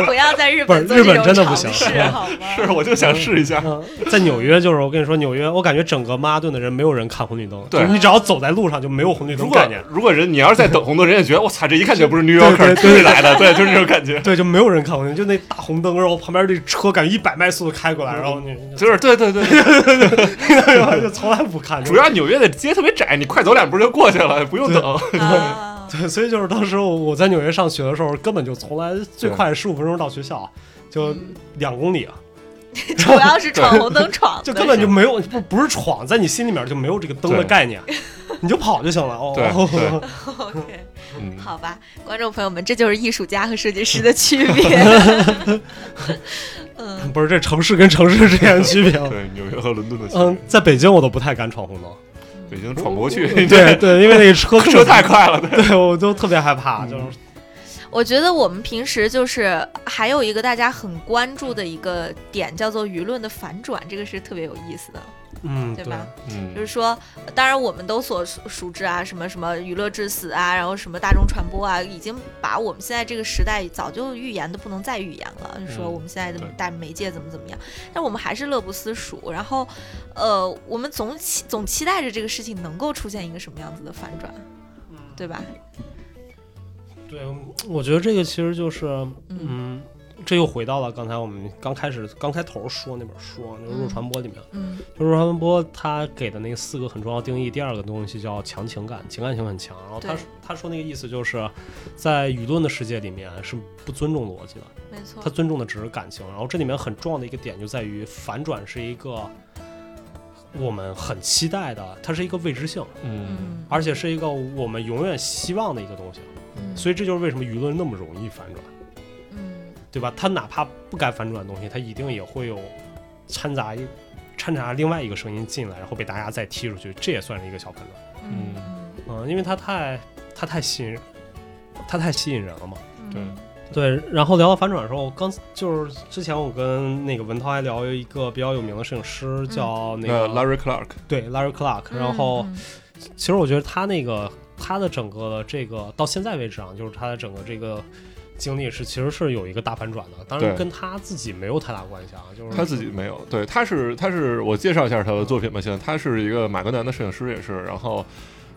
不要在日不是本做日这本种真的不尝行 试，好吗？是，我就想试一下。嗯，在纽约就是我跟你说，纽约我感觉整个曼哈顿的人没有人看红绿灯，对就是你只要走在路上就没有红绿如灯果概念，如果人你要是在等红灯，人也觉得我操，这一看就不是 New 对 Yorker 对对吹 来的，对，就是这种感觉。对，就没有人看红绿灯，就那大红灯，然后旁边这车感觉一百迈速度开过来，然 后你就是对对对，对就就从来不看，主要纽约的街特别窄，你快走两步就过去了，不用等。啊， 对，所以就是当时我我在纽约上学的时候，根本就从来最快十五分钟到学校，就两公里，啊主要是闯红灯闯 的，就根本就没有不不是闯，在你心里面就没有这个灯的对概念，你就跑就行了。哦，对 对 OK。嗯，好吧，观众朋友们，这就是艺术家和设计师的区别。嗯， 不是这城市跟城市之间的区 别。啊对纽约和伦敦的区嗯别，，在北京我都不太敢闯红灯。北京闯不过去， 对对，因为那车车太，快嗯了， 对对我都特别害怕，就是 我觉得我们平时就是还有一个大家很关注的一个点，叫做舆论的反转，这个是特别有意思的。嗯，对吧就嗯是说，当然我们都所熟熟知啊，什么什么娱乐至死啊，然后什么大众传播啊，已经把我们现在这个时代早就预言的不能再预言了，就说嗯我们现在的对大媒介怎么怎么样，但我们还是乐不思蜀。然后，呃，我们总期总期待着这个事情能够出现一个什么样子的反转，对吧？对，我觉得这个其实就是，嗯嗯，这又回到了刚才我们刚开始刚开头说那本书啊，就是《入传播》里面，嗯就是《入传播》它给的那四个很重要定义，第二个东西叫强情感，情感性很强。然后他对说他说那个意思就是，在舆论的世界里面是不尊重逻辑的，没错他，尊重的只是感情。然后这里面很重要的一个点就在于反转是一个我们很期待的，它是一个未知性，嗯，嗯，而且是一个我们永远希望的一个东西。嗯所以这就是为什么舆论那么容易反转，嗯对吧？它哪怕不该反转的东西，它一定也会有掺杂一掺杂另外一个声音进来，然后被大家再踢出去，这也算是一个小反转。嗯嗯，因为它太它太吸引人，它太吸引人了嘛。嗯对对，然后聊到反转的时候，我刚就是之前我跟那个文涛还聊一个比较有名的摄影师，叫那那个、 Larry Clark，对 Larry Clark，然后、嗯其实我觉得他那个他的整个的这个到现在为止啊，就是他的整个这个经历是其实是有一个大反转的，当然对跟他自己没有太大关系啊，就是他自己没有，对，他是他是我介绍一下他的作品吧，现在他是一个马格南的摄影师也是，然后。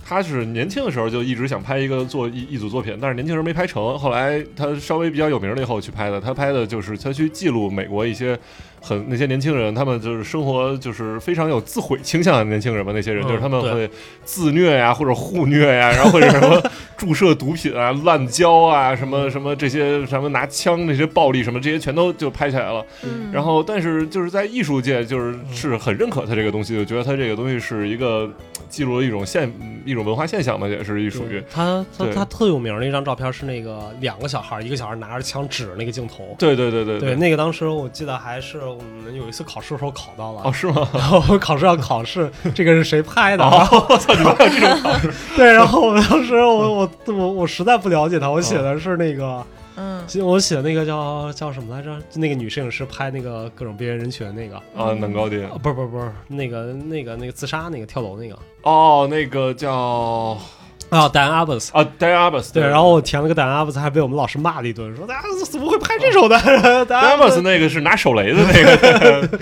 他是年轻的时候就一直想拍一个做一一组作品，但是年轻时候没拍成。后来他稍微比较有名了以后去拍的，他拍的就是他去记录美国一些很那些年轻人，他们就是生活就是非常有自毁倾向的年轻人吧，那些人、嗯就是他们对会自虐呀、或者互虐呀、然后或者什么注射毒品啊、滥交啊、什么什么这些什么拿枪那些暴力什么这些全都就拍起来了。嗯然后，但是就是在艺术界，就是是很认可他这个东西，就觉得他这个东西是一个呃记录了一种现嗯一种文化现象吧，也是一属于对。他他对他特有名的一张照片是那个两个小孩儿，一个小孩儿拿着枪指着那个镜头。对对对对对，那个当时我记得还是我们有一次考试的时候考到了，哦，是吗？然后考试要考试，这个是谁拍的？然后哦，我操，你们还有这种考试？对，然后我当时我我我我实在不了解他，我写哦的是那个、嗯其实我写那个叫叫什么来着？就那个女摄影师拍那个各种边缘人群那个，啊，男高低啊，不是不是不是那个那个那个自杀那个跳楼那个哦，那个叫啊，Dan Abbas。啊 d i a b a s 对，然后我填了个 Dan Abbas，还被我们老师骂了一顿，说大家怎么会拍这种 的 d i？Dan a b a s 那个是拿手雷的 那个， 对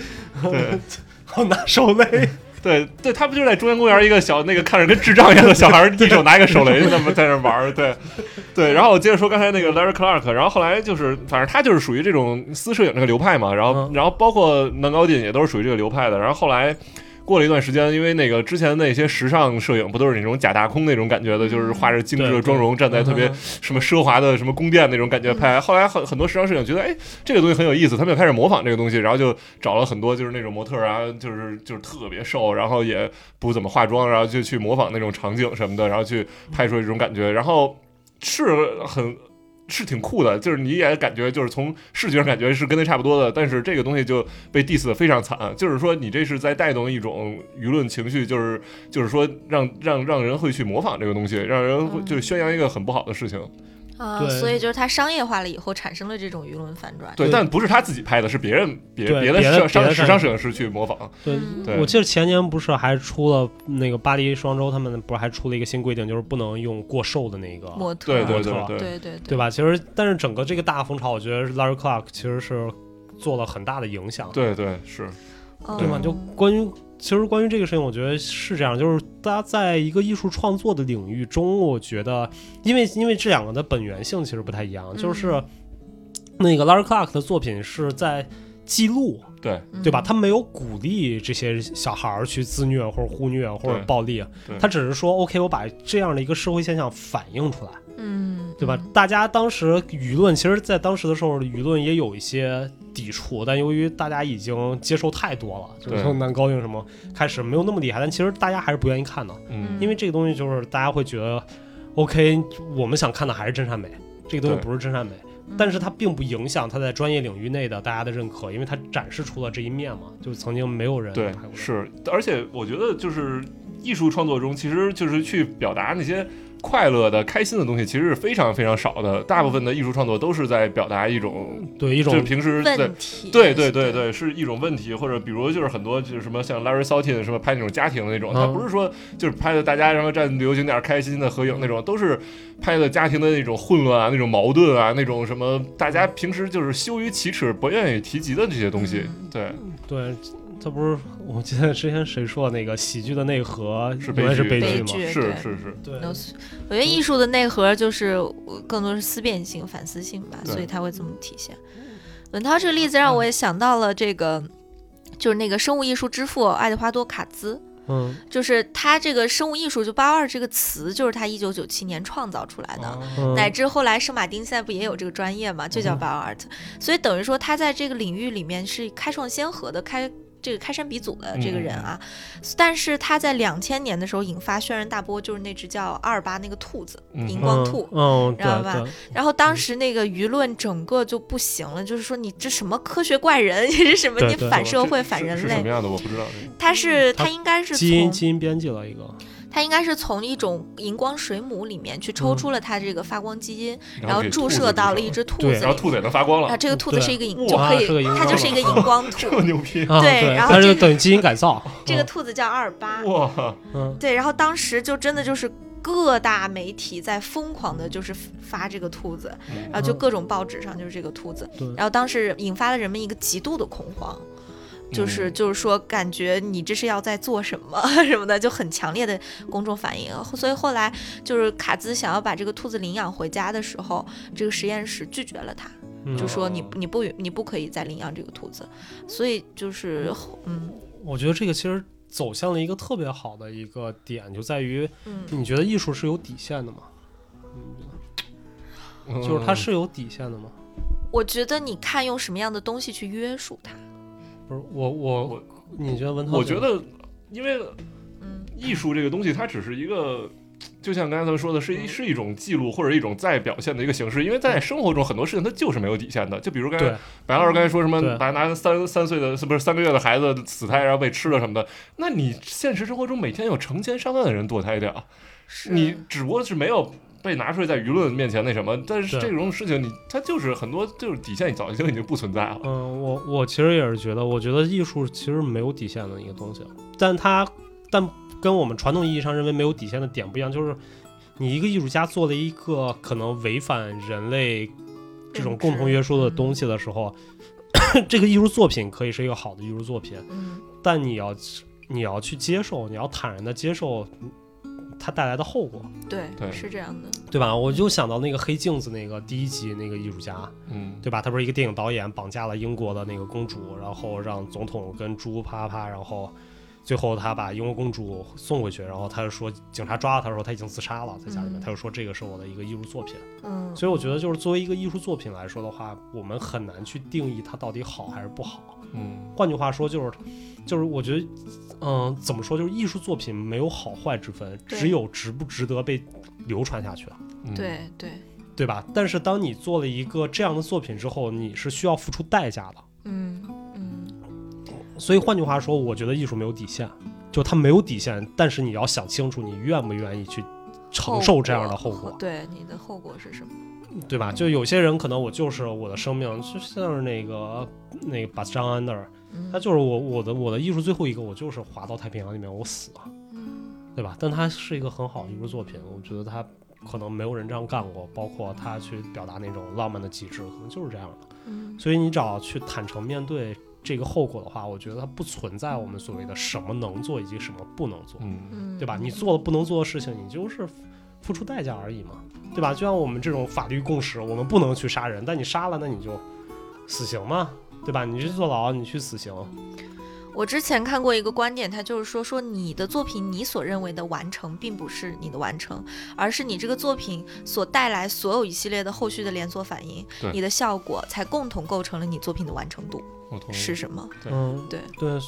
Abbas，好拿手 雷， 对对，他不就在中央公园一个小那个看着跟智障一样的小孩儿，一手拿一个手雷，那么在那玩儿，对对。然后我接着说刚才那个 Larry Clark，然后后来就是反正他就是属于这种私摄影这个流派嘛，然后嗯然后包括南高定也都是属于这个流派的，然后后来。过了一段时间，因为那个之前那些时尚摄影不都是那种假大空那种感觉的，就是画着精致的对妆容，站在特别嗯什么奢华的什么宫殿那种感觉拍。后来很很多时尚摄影觉得，哎，这个东西很有意思，他们就开始模仿这个东西，然后就找了很多就是那种模特儿啊，就是就是特别瘦，然后也不怎么化妆，然后就去模仿那种场景什么的，然后去拍出这种感觉，然后是很。是挺酷的，就是你也感觉就是从视觉上感觉是跟那差不多的，但是这个东西就被 diss 的非常惨，就是说你这是在带动一种舆论情绪，就是就是说让让让人会去模仿这个东西，让人会嗯就宣扬一个很不好的事情。啊，对所以就是它商业化了以后，产生了这种舆论反转。对，对但不是他自己拍的，是别人别对别的别的摄别商的时尚摄影师去模仿。对嗯对我记得前年不是还出了那个巴黎双周，他们不是还出了一个新规定，就是不能用过瘦的那个模特对儿，啊对模特对儿对对对啊对吧？其实，但是整个这个大风潮，我觉得是 Larry Clark 其实是做了很大的影响，对对是，嗯对吗？就关于其实关于这个事情，我觉得是这样，就是大家在一个艺术创作的领域中，我觉得因为因为这两个的本源性其实不太一样，嗯就是那个 Larry Clark 的作品是在记录，对嗯对吧？他没有鼓励这些小孩儿去自虐或者互虐或者对暴力啊对，他只是说 OK，我把这样的一个社会现象反映出来。嗯，对吧？大家当时舆论，其实，在当时的时候，舆论也有一些抵触，但由于大家已经接受太多了，就对是从男高音什么开始没有那么厉害，但其实大家还是不愿意看的，嗯嗯因为这个东西就是大家会觉得，OK，我们想看的还是真善美，这个东西对不是真善美，嗯但是它并不影响它在专业领域内的大家的认可，因为它展示出了这一面嘛，就曾经没有人对拍过，这个是，而且我觉得就是艺术创作中，其实就是去表达那些快乐的、开心的东西，其实是非常非常少的。大部分的艺术创作都是在表达一种，对一就种是平时在问题，对对对对，是一种问题，或者比如就是很多就是什么像 Larry Saltin 什么拍那种家庭的那种，他嗯不是说就是拍的大家然后站旅游景点儿开心的合影那种，都是拍的家庭的那种混乱啊、那种矛盾啊、那种什么大家平时就是羞于启齿、不愿意提及的这些东西。嗯对，对，这不是我记得之前谁说那个喜剧的内核是悲永远是剧悲悲剧剧吗？是对是是，对，有我觉得艺术的内核就是呃更多是思辨性、反思性吧，对嗯所以它会这么体现。文涛这个例子让我也想到了这个，就是那个生物艺术之父爱德华多·卡兹，嗯，就是他这个生物艺术就八二这个词，就是他一九九七年创造出来的。嗯乃至后来圣马丁现在不也有这个专业嘛，就叫嗯 bio art，、所以等于说他在这个领域里面是开创先河的，开这个开山鼻祖的这个人啊。但是他在两千年的时候引发轩然大波，就是那只叫阿尔巴那个兔子，嗯荧光兔。嗯，嗯知道吧对对，然后当时那个舆论整个就不行了，就是说你这什么科学怪人， 你这什么对你对反社会、是反人是什类么。样的我不知道这个。他是他他应该是基因从基因编辑了一个，他应该是从一种荧光水母里面去抽出了他这个发光基因，然后给注兔子射到了上一只兔对子然后里兔子也能发光啊， 了，这个兔子对是一个荧，哇就可是个以荧，它光就是一个荧光兔这。 么牛 逼！啊，对对，然后它这是个等于基因改造， 这个兔子叫阿尔巴，哇，嗯，对。然后当时就真的就是各大媒体在疯狂的，就是发这个兔子，然嗯后就各种报纸上就是这个兔子对，然后当时引发了人们一个极度的恐慌。就是就是说，感觉你这是要在做什么 什么的，就很强烈的公众反应。所以后来就是卡兹想要把这个兔子领养回家的时候，这个实验室拒绝了他。嗯就说你哦你不你不可以再领养这个兔子，所以就是嗯我觉得这个其实走向了一个特别好的一个点，就在于嗯你觉得艺术是有底线的吗？嗯嗯就是它是有底线的吗？我觉得你看用什么样的东西去约束它，不是我我我你觉得文涛？嗯我觉得，因为嗯艺术这个东西，它只是一个。就像刚才咱们说的，是一嗯是一种记录或者一种再表现的一个形式，因为在生活中很多事情它就是没有底线的。就比如刚才对，白老师刚才说什么对，拿拿三三岁的，是不是三个月的孩子死胎然后被吃了什么的？那你现实生活中每天有成千上万的人堕胎的啊，是你只不过是没有被拿出来在舆论面前那什么，但是对这种事情你它就是很多就是底线早就已经不存在了。嗯，我我其实也是觉得，我觉得艺术其实没有底线的一个东西，但它但跟我们传统意义上认为没有底线的点不一样，就是你一个艺术家做了一个可能违反人类这种共同约束的东西的时候，这个艺术作品可以是一个好的艺术作品，嗯但你要你要去接受，你要坦然的接受它带来的后果，对对是这样的对吧？我就想到那个黑镜子那个第一集那个艺术家，嗯，对吧？他不是一个电影导演绑架了英国的那个公主，然后让总统跟猪啪啪，然后最后他把英国公主送回去，然后他就说警察抓了他的时候他已经自杀了，在家里面，嗯他就说这个是我的一个艺术作品。嗯所以我觉得就是作为一个艺术作品来说的话，我们很难去定义它到底好还是不好。嗯换句话说就是，就是我觉得，嗯、怎么说就是艺术作品没有好坏之分，对只有值不值得被流传下去。嗯，对对对吧？但是当你做了一个这样的作品之后，你是需要付出代价的。嗯嗯所以换句话说，我觉得艺术没有底线，就它没有底线，但是你要想清楚，你愿不愿意去承受这样的后果，对你哦的后果是什么？对吧？就有些人可能我就是我的生命，就像是那个那个把张安那儿，嗯他就是我我的我的艺术最后一个，我就是滑到太平洋里面，我死了，嗯对吧？但它是一个很好的艺术作品，我觉得它可能没有人这样干过，包括他去表达那种浪漫的极致，可能就是这样的。嗯所以你只要去坦诚面对这个后果的话，我觉得它不存在我们所谓的什么能做以及什么不能做，嗯嗯对吧？你做了不能做的事情，你就是付出代价而已嘛，对吧？就像我们这种法律共识，我们不能去杀人，但你杀了，那你就死刑嘛，对吧？你去坐牢，你去死刑，我之前看过一个观点，他就是说说你的作品，你所认为的完成，并不是你的完成，而是你这个作品所带来所有一系列的后续的连锁反应对，你的效果才共同构成了你作品的完成度哦我同意。是什么？对嗯，对对。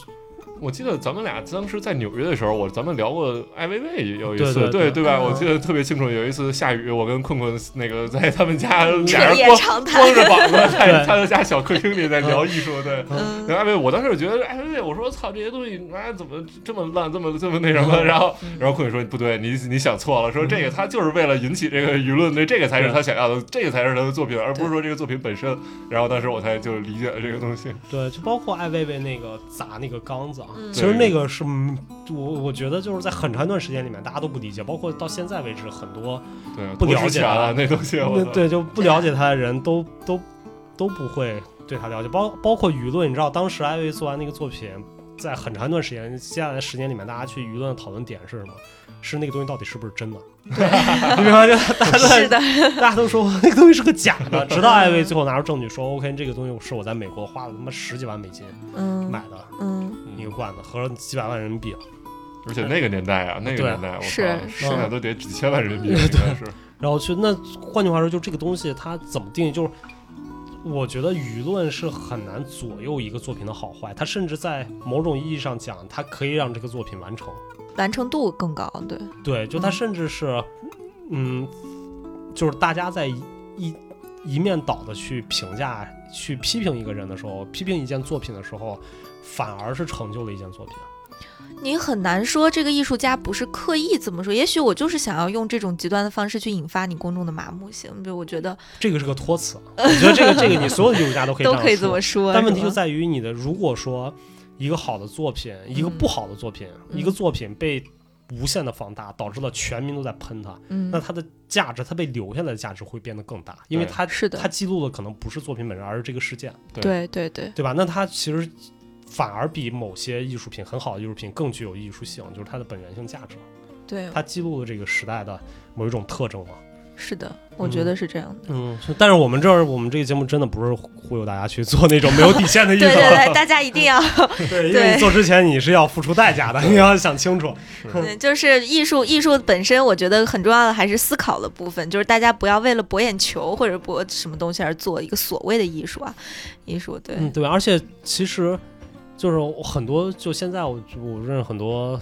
我记得咱们俩当时在纽约的时候，我咱们聊过艾薇薇有一对次，对对对吧？嗯我记得特别清楚，有一次下雨，我跟困困那个在他们家嗯彻俩人夜光长谈光着膀子在对他的家小客厅里在聊艺术，对。嗯然后艾薇，哎我当时就觉得艾薇薇，我说操，这些东西妈怎么这么烂，这么这么那什 么？然后嗯然后困困说不对，你你想错了，说这嗯个他就是为了引起这个舆论，对这个才是他想要的，这个才是他的作品，而不是说这个作品本身。然后当时我才就理解了这个东西。对，就包括艾薇薇那个砸那个缸子啊，嗯其实那个是嗯我我觉得就是在很长一段时间里面大家都不理解，包括到现在为止，很多对，不值了解钱啊他那东西，我那操对就不了解他的人都都都不会对他了解，包包括舆论，你知道当时艾薇做完那个作品，在很长一段时间接下来十年里面，大家去舆论的讨论点是什么？是那个东西到底是不是真的？你明白就大家都在是的，大家都说那个东西是个假的，直到艾薇最后拿出证据说，OK，这个东西是我在美国花了他妈十几万美金嗯买的嗯，一个罐子，合着几百万人民币。而且那个年代啊，那个对年代，我是靠，是现在都得几千万人民币了，应该是。然后去那，换句话说，就这个东西它怎么定义？就是我觉得舆论是很难左右一个作品的好坏，它甚至在某种意义上讲，它可以让这个作品完成。完成度更高，对，对，就它甚至是，嗯，就是大家在一一一面倒的去评价、去批评一个人的时候，批评一件作品的时候，反而是成就了一件作品。你很难说这个艺术家不是刻意这么说，也许我就是想要用这种极端的方式去引发你公众的麻木性，就我觉得这个是个托词，我觉得这个这个你所有的艺术家都可以都 样可以这说么说。但问题是就吧在于你的，如果说一个好的作品，一个不好的作品，嗯一个作品被无限的放大，导致了全民都在喷它，那嗯，它的价值，它被留下来的价值会变得更大，因为对它是的它记录的可能不是作品本身，而是这个事件，对对对，对吧？那它其实反而比某些艺术品很好的艺术品更具有艺术性，就是它的本源性价值，对，它记录了这个时代的某一种特征嘛。是的，我觉得是这样的。嗯，但是我们这儿我们这个节目真的不是忽悠大家去做那种没有底线的艺术。对对对，大家一定 要， 对，因对为你做之前你是要付出代价 的，你要想清楚。对就是艺术艺术本身，我觉得很重要的还是思考的部分，就是大家不要为了博眼球或者博什么东西而做一个所谓的艺术啊，艺术对，嗯，对，而且其实就是我很多，就现在我我认识很多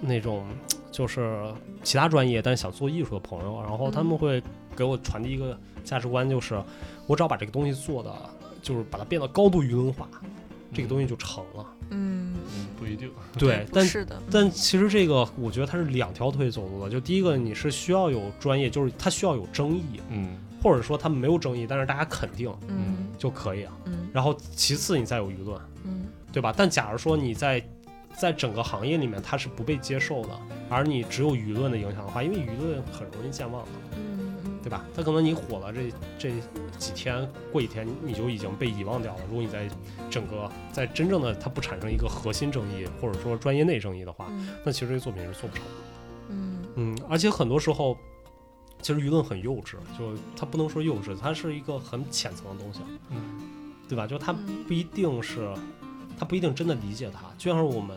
那种就是其他专业但是想做艺术的朋友，然后他嗯们会给我传递一个价值观，就是我只要把这个东西做的，就是把它变得高度舆论化，这个东西就成了。嗯，嗯不一定，对，不但是的，但其实这个，我觉得它是两条腿走路的。就第一个，你是需要有专业，就是它需要有争议，嗯，或者说它没有争议，但是大家肯定嗯就可以啊。嗯然后其次你再有舆论，嗯对吧？但假如说你在在整个行业里面它是不被接受的，而你只有舆论的影响的话，因为舆论很容易健忘的，嗯对吧？它可能你火了这这几天，过几天你就已经被遗忘掉了。如果你在整个在真正的它不产生一个核心争议，或者说专业内争议的话，嗯那其实这个作品是做不成的。嗯嗯，而且很多时候。其实舆论很幼稚，就它不能说幼稚，它是一个很浅层的东西，嗯，对吧？就是它嗯不一定是，他不一定真的理解它。就像是我们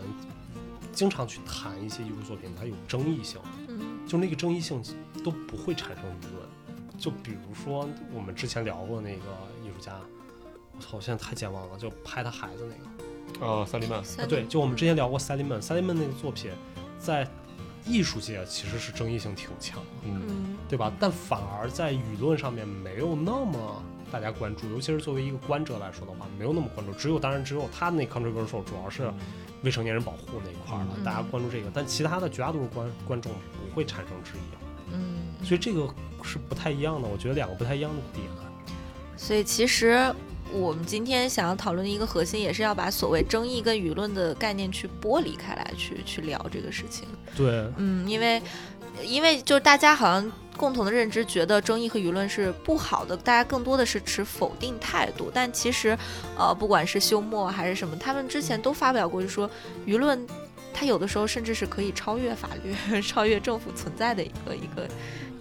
经常去谈一些艺术作品，它有争议性，嗯就那个争议性都不会产生舆论。就比如说我们之前聊过那个艺术家，我操，我现在太健忘了，就拍他孩子那个。哦，萨利曼，啊，对，就我们之前聊过 Seligman，Seligman 那个作品在艺术界其实是争议性挺强的，嗯，嗯对吧？但反而在舆论上面没有那么大家关注，尤其是作为一个观者来说的话，没有那么关注。只有当然只有他那 controversial 主要是未成年人保护那一块儿了，嗯大家关注这个，但其他的绝大多数观观众不会产生质疑，嗯，所以这个是不太一样的。我觉得两个不太一样的点，所以其实我们今天想要讨论的一个核心，也是要把所谓争议跟舆论的概念去剥离开来，去去聊这个事情。对，嗯，因为因为就是大家好像共同的认知，觉得争议和舆论是不好的，大家更多的是持否定态度。但其实，呃，不管是休谟还是什么，他们之前都发表过，就说舆论。它有的时候甚至是可以超越法律、 超越政府存在的一个一个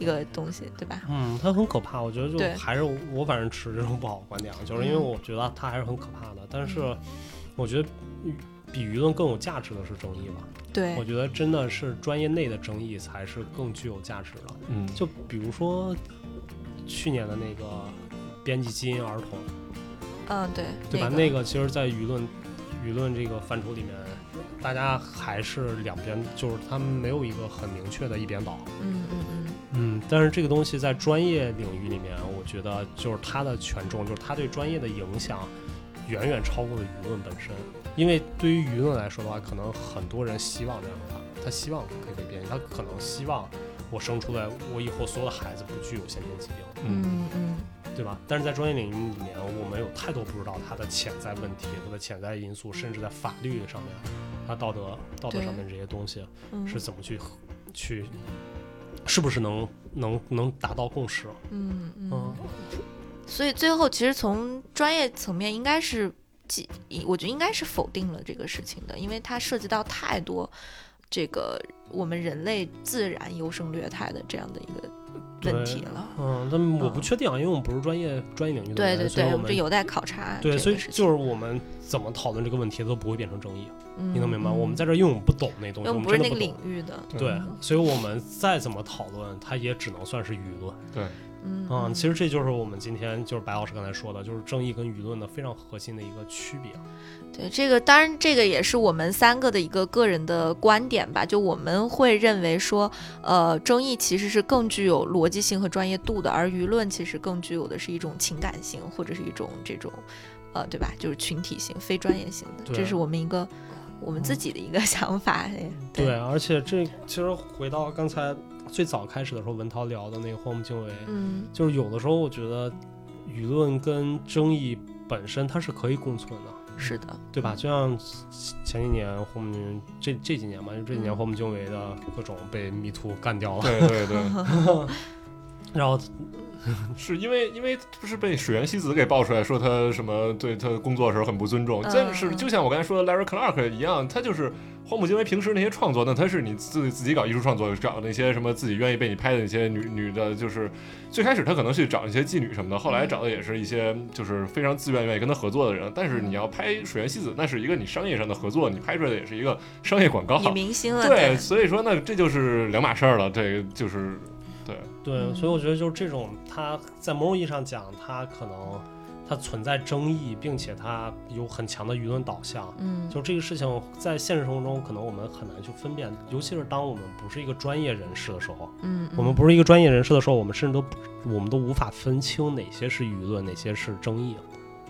一个东西，对吧？嗯，它很可怕。我觉得就对还是我我反正持这种不好的观点啊，就是因为嗯我觉得它还是很可怕的。但是我觉得比舆论更有价值的是争议吧。对我，觉得真的是专业内的争议才是更具有价值的。嗯，就比如说去年的那个编辑基因儿童，嗯，对，对吧？那那个其实，在舆论舆论这个范畴里面，大家还是两边，就是他们没有一个很明确的一边倒。嗯嗯嗯，嗯，但是这个东西在专业领域里面，我觉得就是它的权重，就是它对专业的影响，远远超过了舆论本身。因为对于舆论来说的话，可能很多人希望这样的话，他希望可以被编辑，他可能希望我生出来，我以后所有的孩子不具有先天疾病，嗯嗯对吧？但是在专业领域里面，我们有太多不知道它的潜在问题、它的潜在因素，甚至在法律上面、它道德道德对上面这些东西，嗯，是怎么去去，是不是能能能达到共识？啊嗯嗯嗯，所以最后其实从专业层面应该是既，我觉得应该是否定了这个事情的，因为它涉及到太多这个我们人类自然优胜劣汰的这样的一个问题了。嗯，但我嗯不确定啊，因为我们不是专业专业领域的对人，对所以对，我们这们有待考察这对，个所事以情。就是我们怎么讨论这个问题都不会变成争议，嗯你能明白？嗯我们在这儿因为我们不懂那东西，因为我我们们不是真的那个不领懂。域的，对嗯，所以我们再怎么讨论，它也只能算是舆论。嗯嗯，其实这就是我们今天就是白老师刚才说的，就是争议跟舆论的非常核心的一个区别。啊对这个，当然这个也是我们三个的一个个人的观点吧。就我们会认为说，呃，争议其实是更具有逻辑性和专业度的，而舆论其实更具有的是一种情感性或者是一种这种，呃，对吧？就是群体性、非专业性的，对啊这是我们一个我们自己的一个 想法。哎嗯对对，啊而且这其实回到刚才最早开始的时候，文涛聊的那个荒木经惟，嗯就是有的时候我觉得舆论跟争议本身它是可以共存的，是的，对吧？就像前几年霍姆宁这这几年嘛，就这几年嗯霍姆经纬的各种被迷途干掉了，对对对，然后是因为因为不是被水原希子给爆出来说他什么对他工作的时候很不尊重，嗯但是就像我刚才说的 Larry Clark 一样，他就是荒木经惟平时那些创作，那他是你自自己搞艺术创作，找那些什么自己愿意被你拍的那些女女的，就是最开始他可能去找一些妓女什么的，后来嗯找的也是一些就是非常自愿愿意跟他合作的人，但是嗯你要拍水原希子，那是一个你商业上的合作，你拍出来的也是一个商业广嗯告，哦你明星了，啊对，所以说呢，这就是两码事儿了，这个就是对，嗯对，所以我觉得就是这种，它在某种意义上讲，它可能它存在争议，并且它有很强的舆论导向。嗯，就这个事情，在现实生活中，可能我们很难去分辨，尤其是当我们不是一个专业人士的时候，嗯，我们不是一个专业人士的时候，我们甚至都不我们都无法分清哪些是舆论，哪些是争议。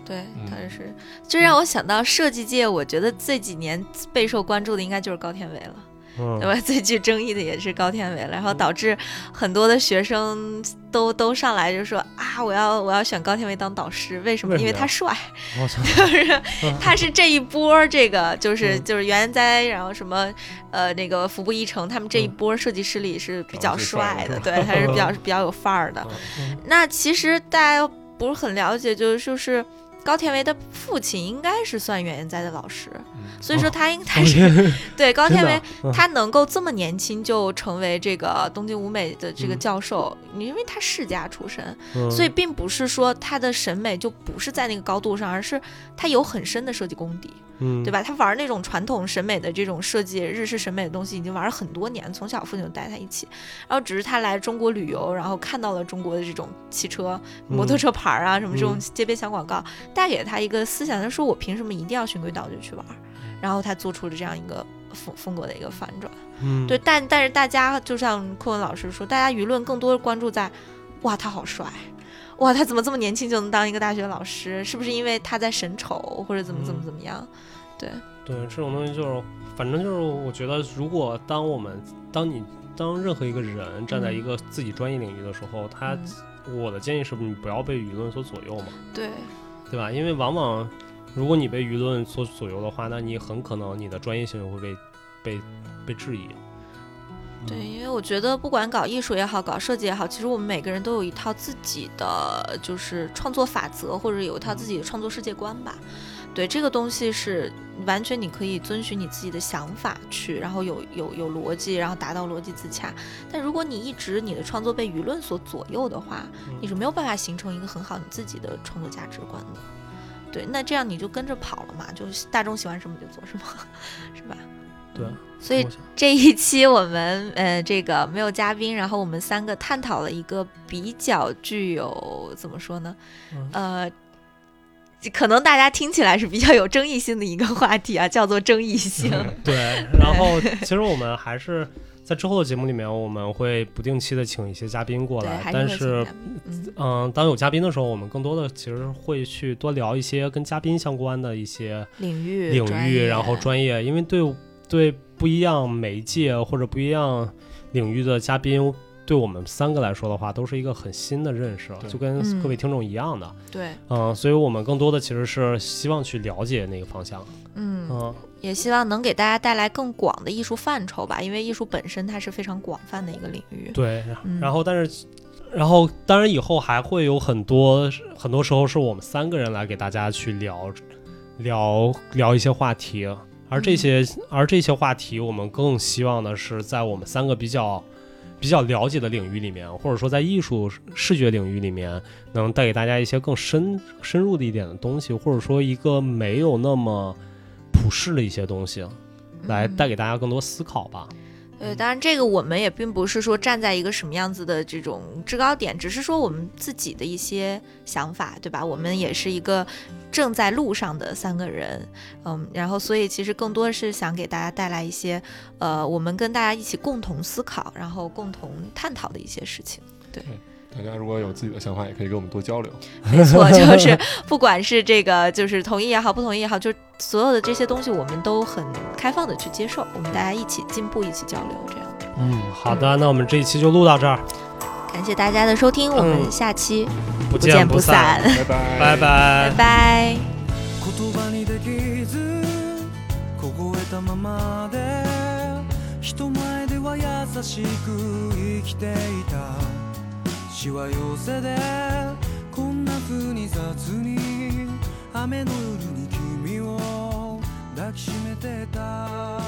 对，嗯他是，这让我想到设计界，我觉得这几年备受关注的应该就是高天伟了。嗯对，吧？最具争议的也是高天伟，然后导致很多的学生都都上来就说啊，我要我要选高天伟当导师，为什么？为什因么为呀 他帅，我 操，就是他是这一波儿这个就是、嗯就是原哉，然后什么呃那个服部一成他们嗯这一波儿设计师里是哦比较长帅得最帅的的，是对，他是 比较比较有范儿的。嗯那其实大家不是很了解，就是就是高天维的父亲应该是算原哉的老师，嗯所以说哦他应该是、对 高天维嗯他能够这么年轻就成为这个东京舞美的这个嗯教授，你因为他世家出身，嗯所以并不是说他的审美就不是在那个高度上，而是他有很深的设计功底，嗯对吧？他玩那种传统审美的这种设计，日式审美的东西已经玩了很多年，从小父亲就带他一起，然后只是他来中国旅游，然后看到了中国的这种汽车、摩托车牌啊、什么这种嗯街边小广告，带给他一个思想，他说我凭什么一定要循规蹈矩去玩？然后他做出了这样一个风风格的一个反转。嗯对，但但是大家就像柯文老师说，大家舆论更多关注在，哇，他好帅，哇，他怎么这么年轻就能当一个大学老师？是不是因为他在审丑或者怎么怎么嗯怎么样？对，这种东西就是，反正就是，我觉得，如果当我们当你当任何一个人站在一个自己专业领域的时候，他嗯我的建议是你不要被舆论所左右嘛，对，对吧？因为往往如果你被舆论所左右的话，那你很可能你的专业性会被被被质疑。嗯对，因为我觉得不管搞艺术也好，搞设计也好，其实我们每个人都有一套自己的就是创作法则，或者有一套自己的创作世界观吧。对，这个东西是完全你可以遵循你自己的想法去，然后有有有逻辑，然后达到逻辑自洽。但如果你一直你的创作被舆论所左右的话，你是没有办法形成一个很好你自己的创作价值观的。对，那这样你就跟着跑了嘛，就是大众喜欢什么你就做什么， 是吧？对啊嗯，所以我想这一期我们呃这个没有嘉宾，然后我们三个探讨了一个比较具有怎么说呢，嗯呃，可能大家听起来是比较有争议性的一个话题啊，叫做争议性。对，然后其实我们还是在之后的节目里面，我们会不定期的请一些嘉宾过 对，来，还但会请是他们嗯，嗯，当有嘉宾的时候，我们更多的其实会去多聊一些跟嘉宾相关的一些领域领专域，业啊然后专业，因为对对不一样媒介或者不一样领域的嘉宾，对我们三个来说的话，都是一个很新的认识，对就跟嗯各位听众一样的。对，嗯，所以我们更多的其实是希望去了解那个方向。嗯，嗯，也希望能给大家带来更广的艺术范畴吧，因为艺术本身它是非常广泛的一个领域。对。嗯然后，但是。然后，当然以后还会有很多，很多时候是我们三个人来给大家去聊，聊聊一些话题，而这些、而这些话题，我们更希望的是在我们三个比较比较了解的领域里面，或者说在艺术视觉领域里面，能带给大家一些更深深入的一点的东西，或者说一个没有那么普世的一些东西，来带给大家更多思考吧。对，呃当然这个我们也并不是说站在一个什么样子的这种制高点，只是说我们自己的一些想法，对吧？我们也是一个正在路上的三个人，嗯，然后所以其实更多是想给大家带来一些，呃，我们跟大家一起共同思考，然后共同探讨的一些事情。大家如果有自己的想法，也可以跟我们多交流。没错，就是不管是这个就是同意也好，不同意也好，就所有的这些东西，我们都很开放的去接受，我们大家一起进步，一起交流，这样。嗯，好的，那我们这一期就录到这儿，感谢大家的收听，我们嗯下期不不见不散，散，拜拜，拜。拜拜。拜。言葉にできず凍えたままで人前では優しく生きていたしわ寄せでこんな風に雑に雨の夜に君を抱きしめてた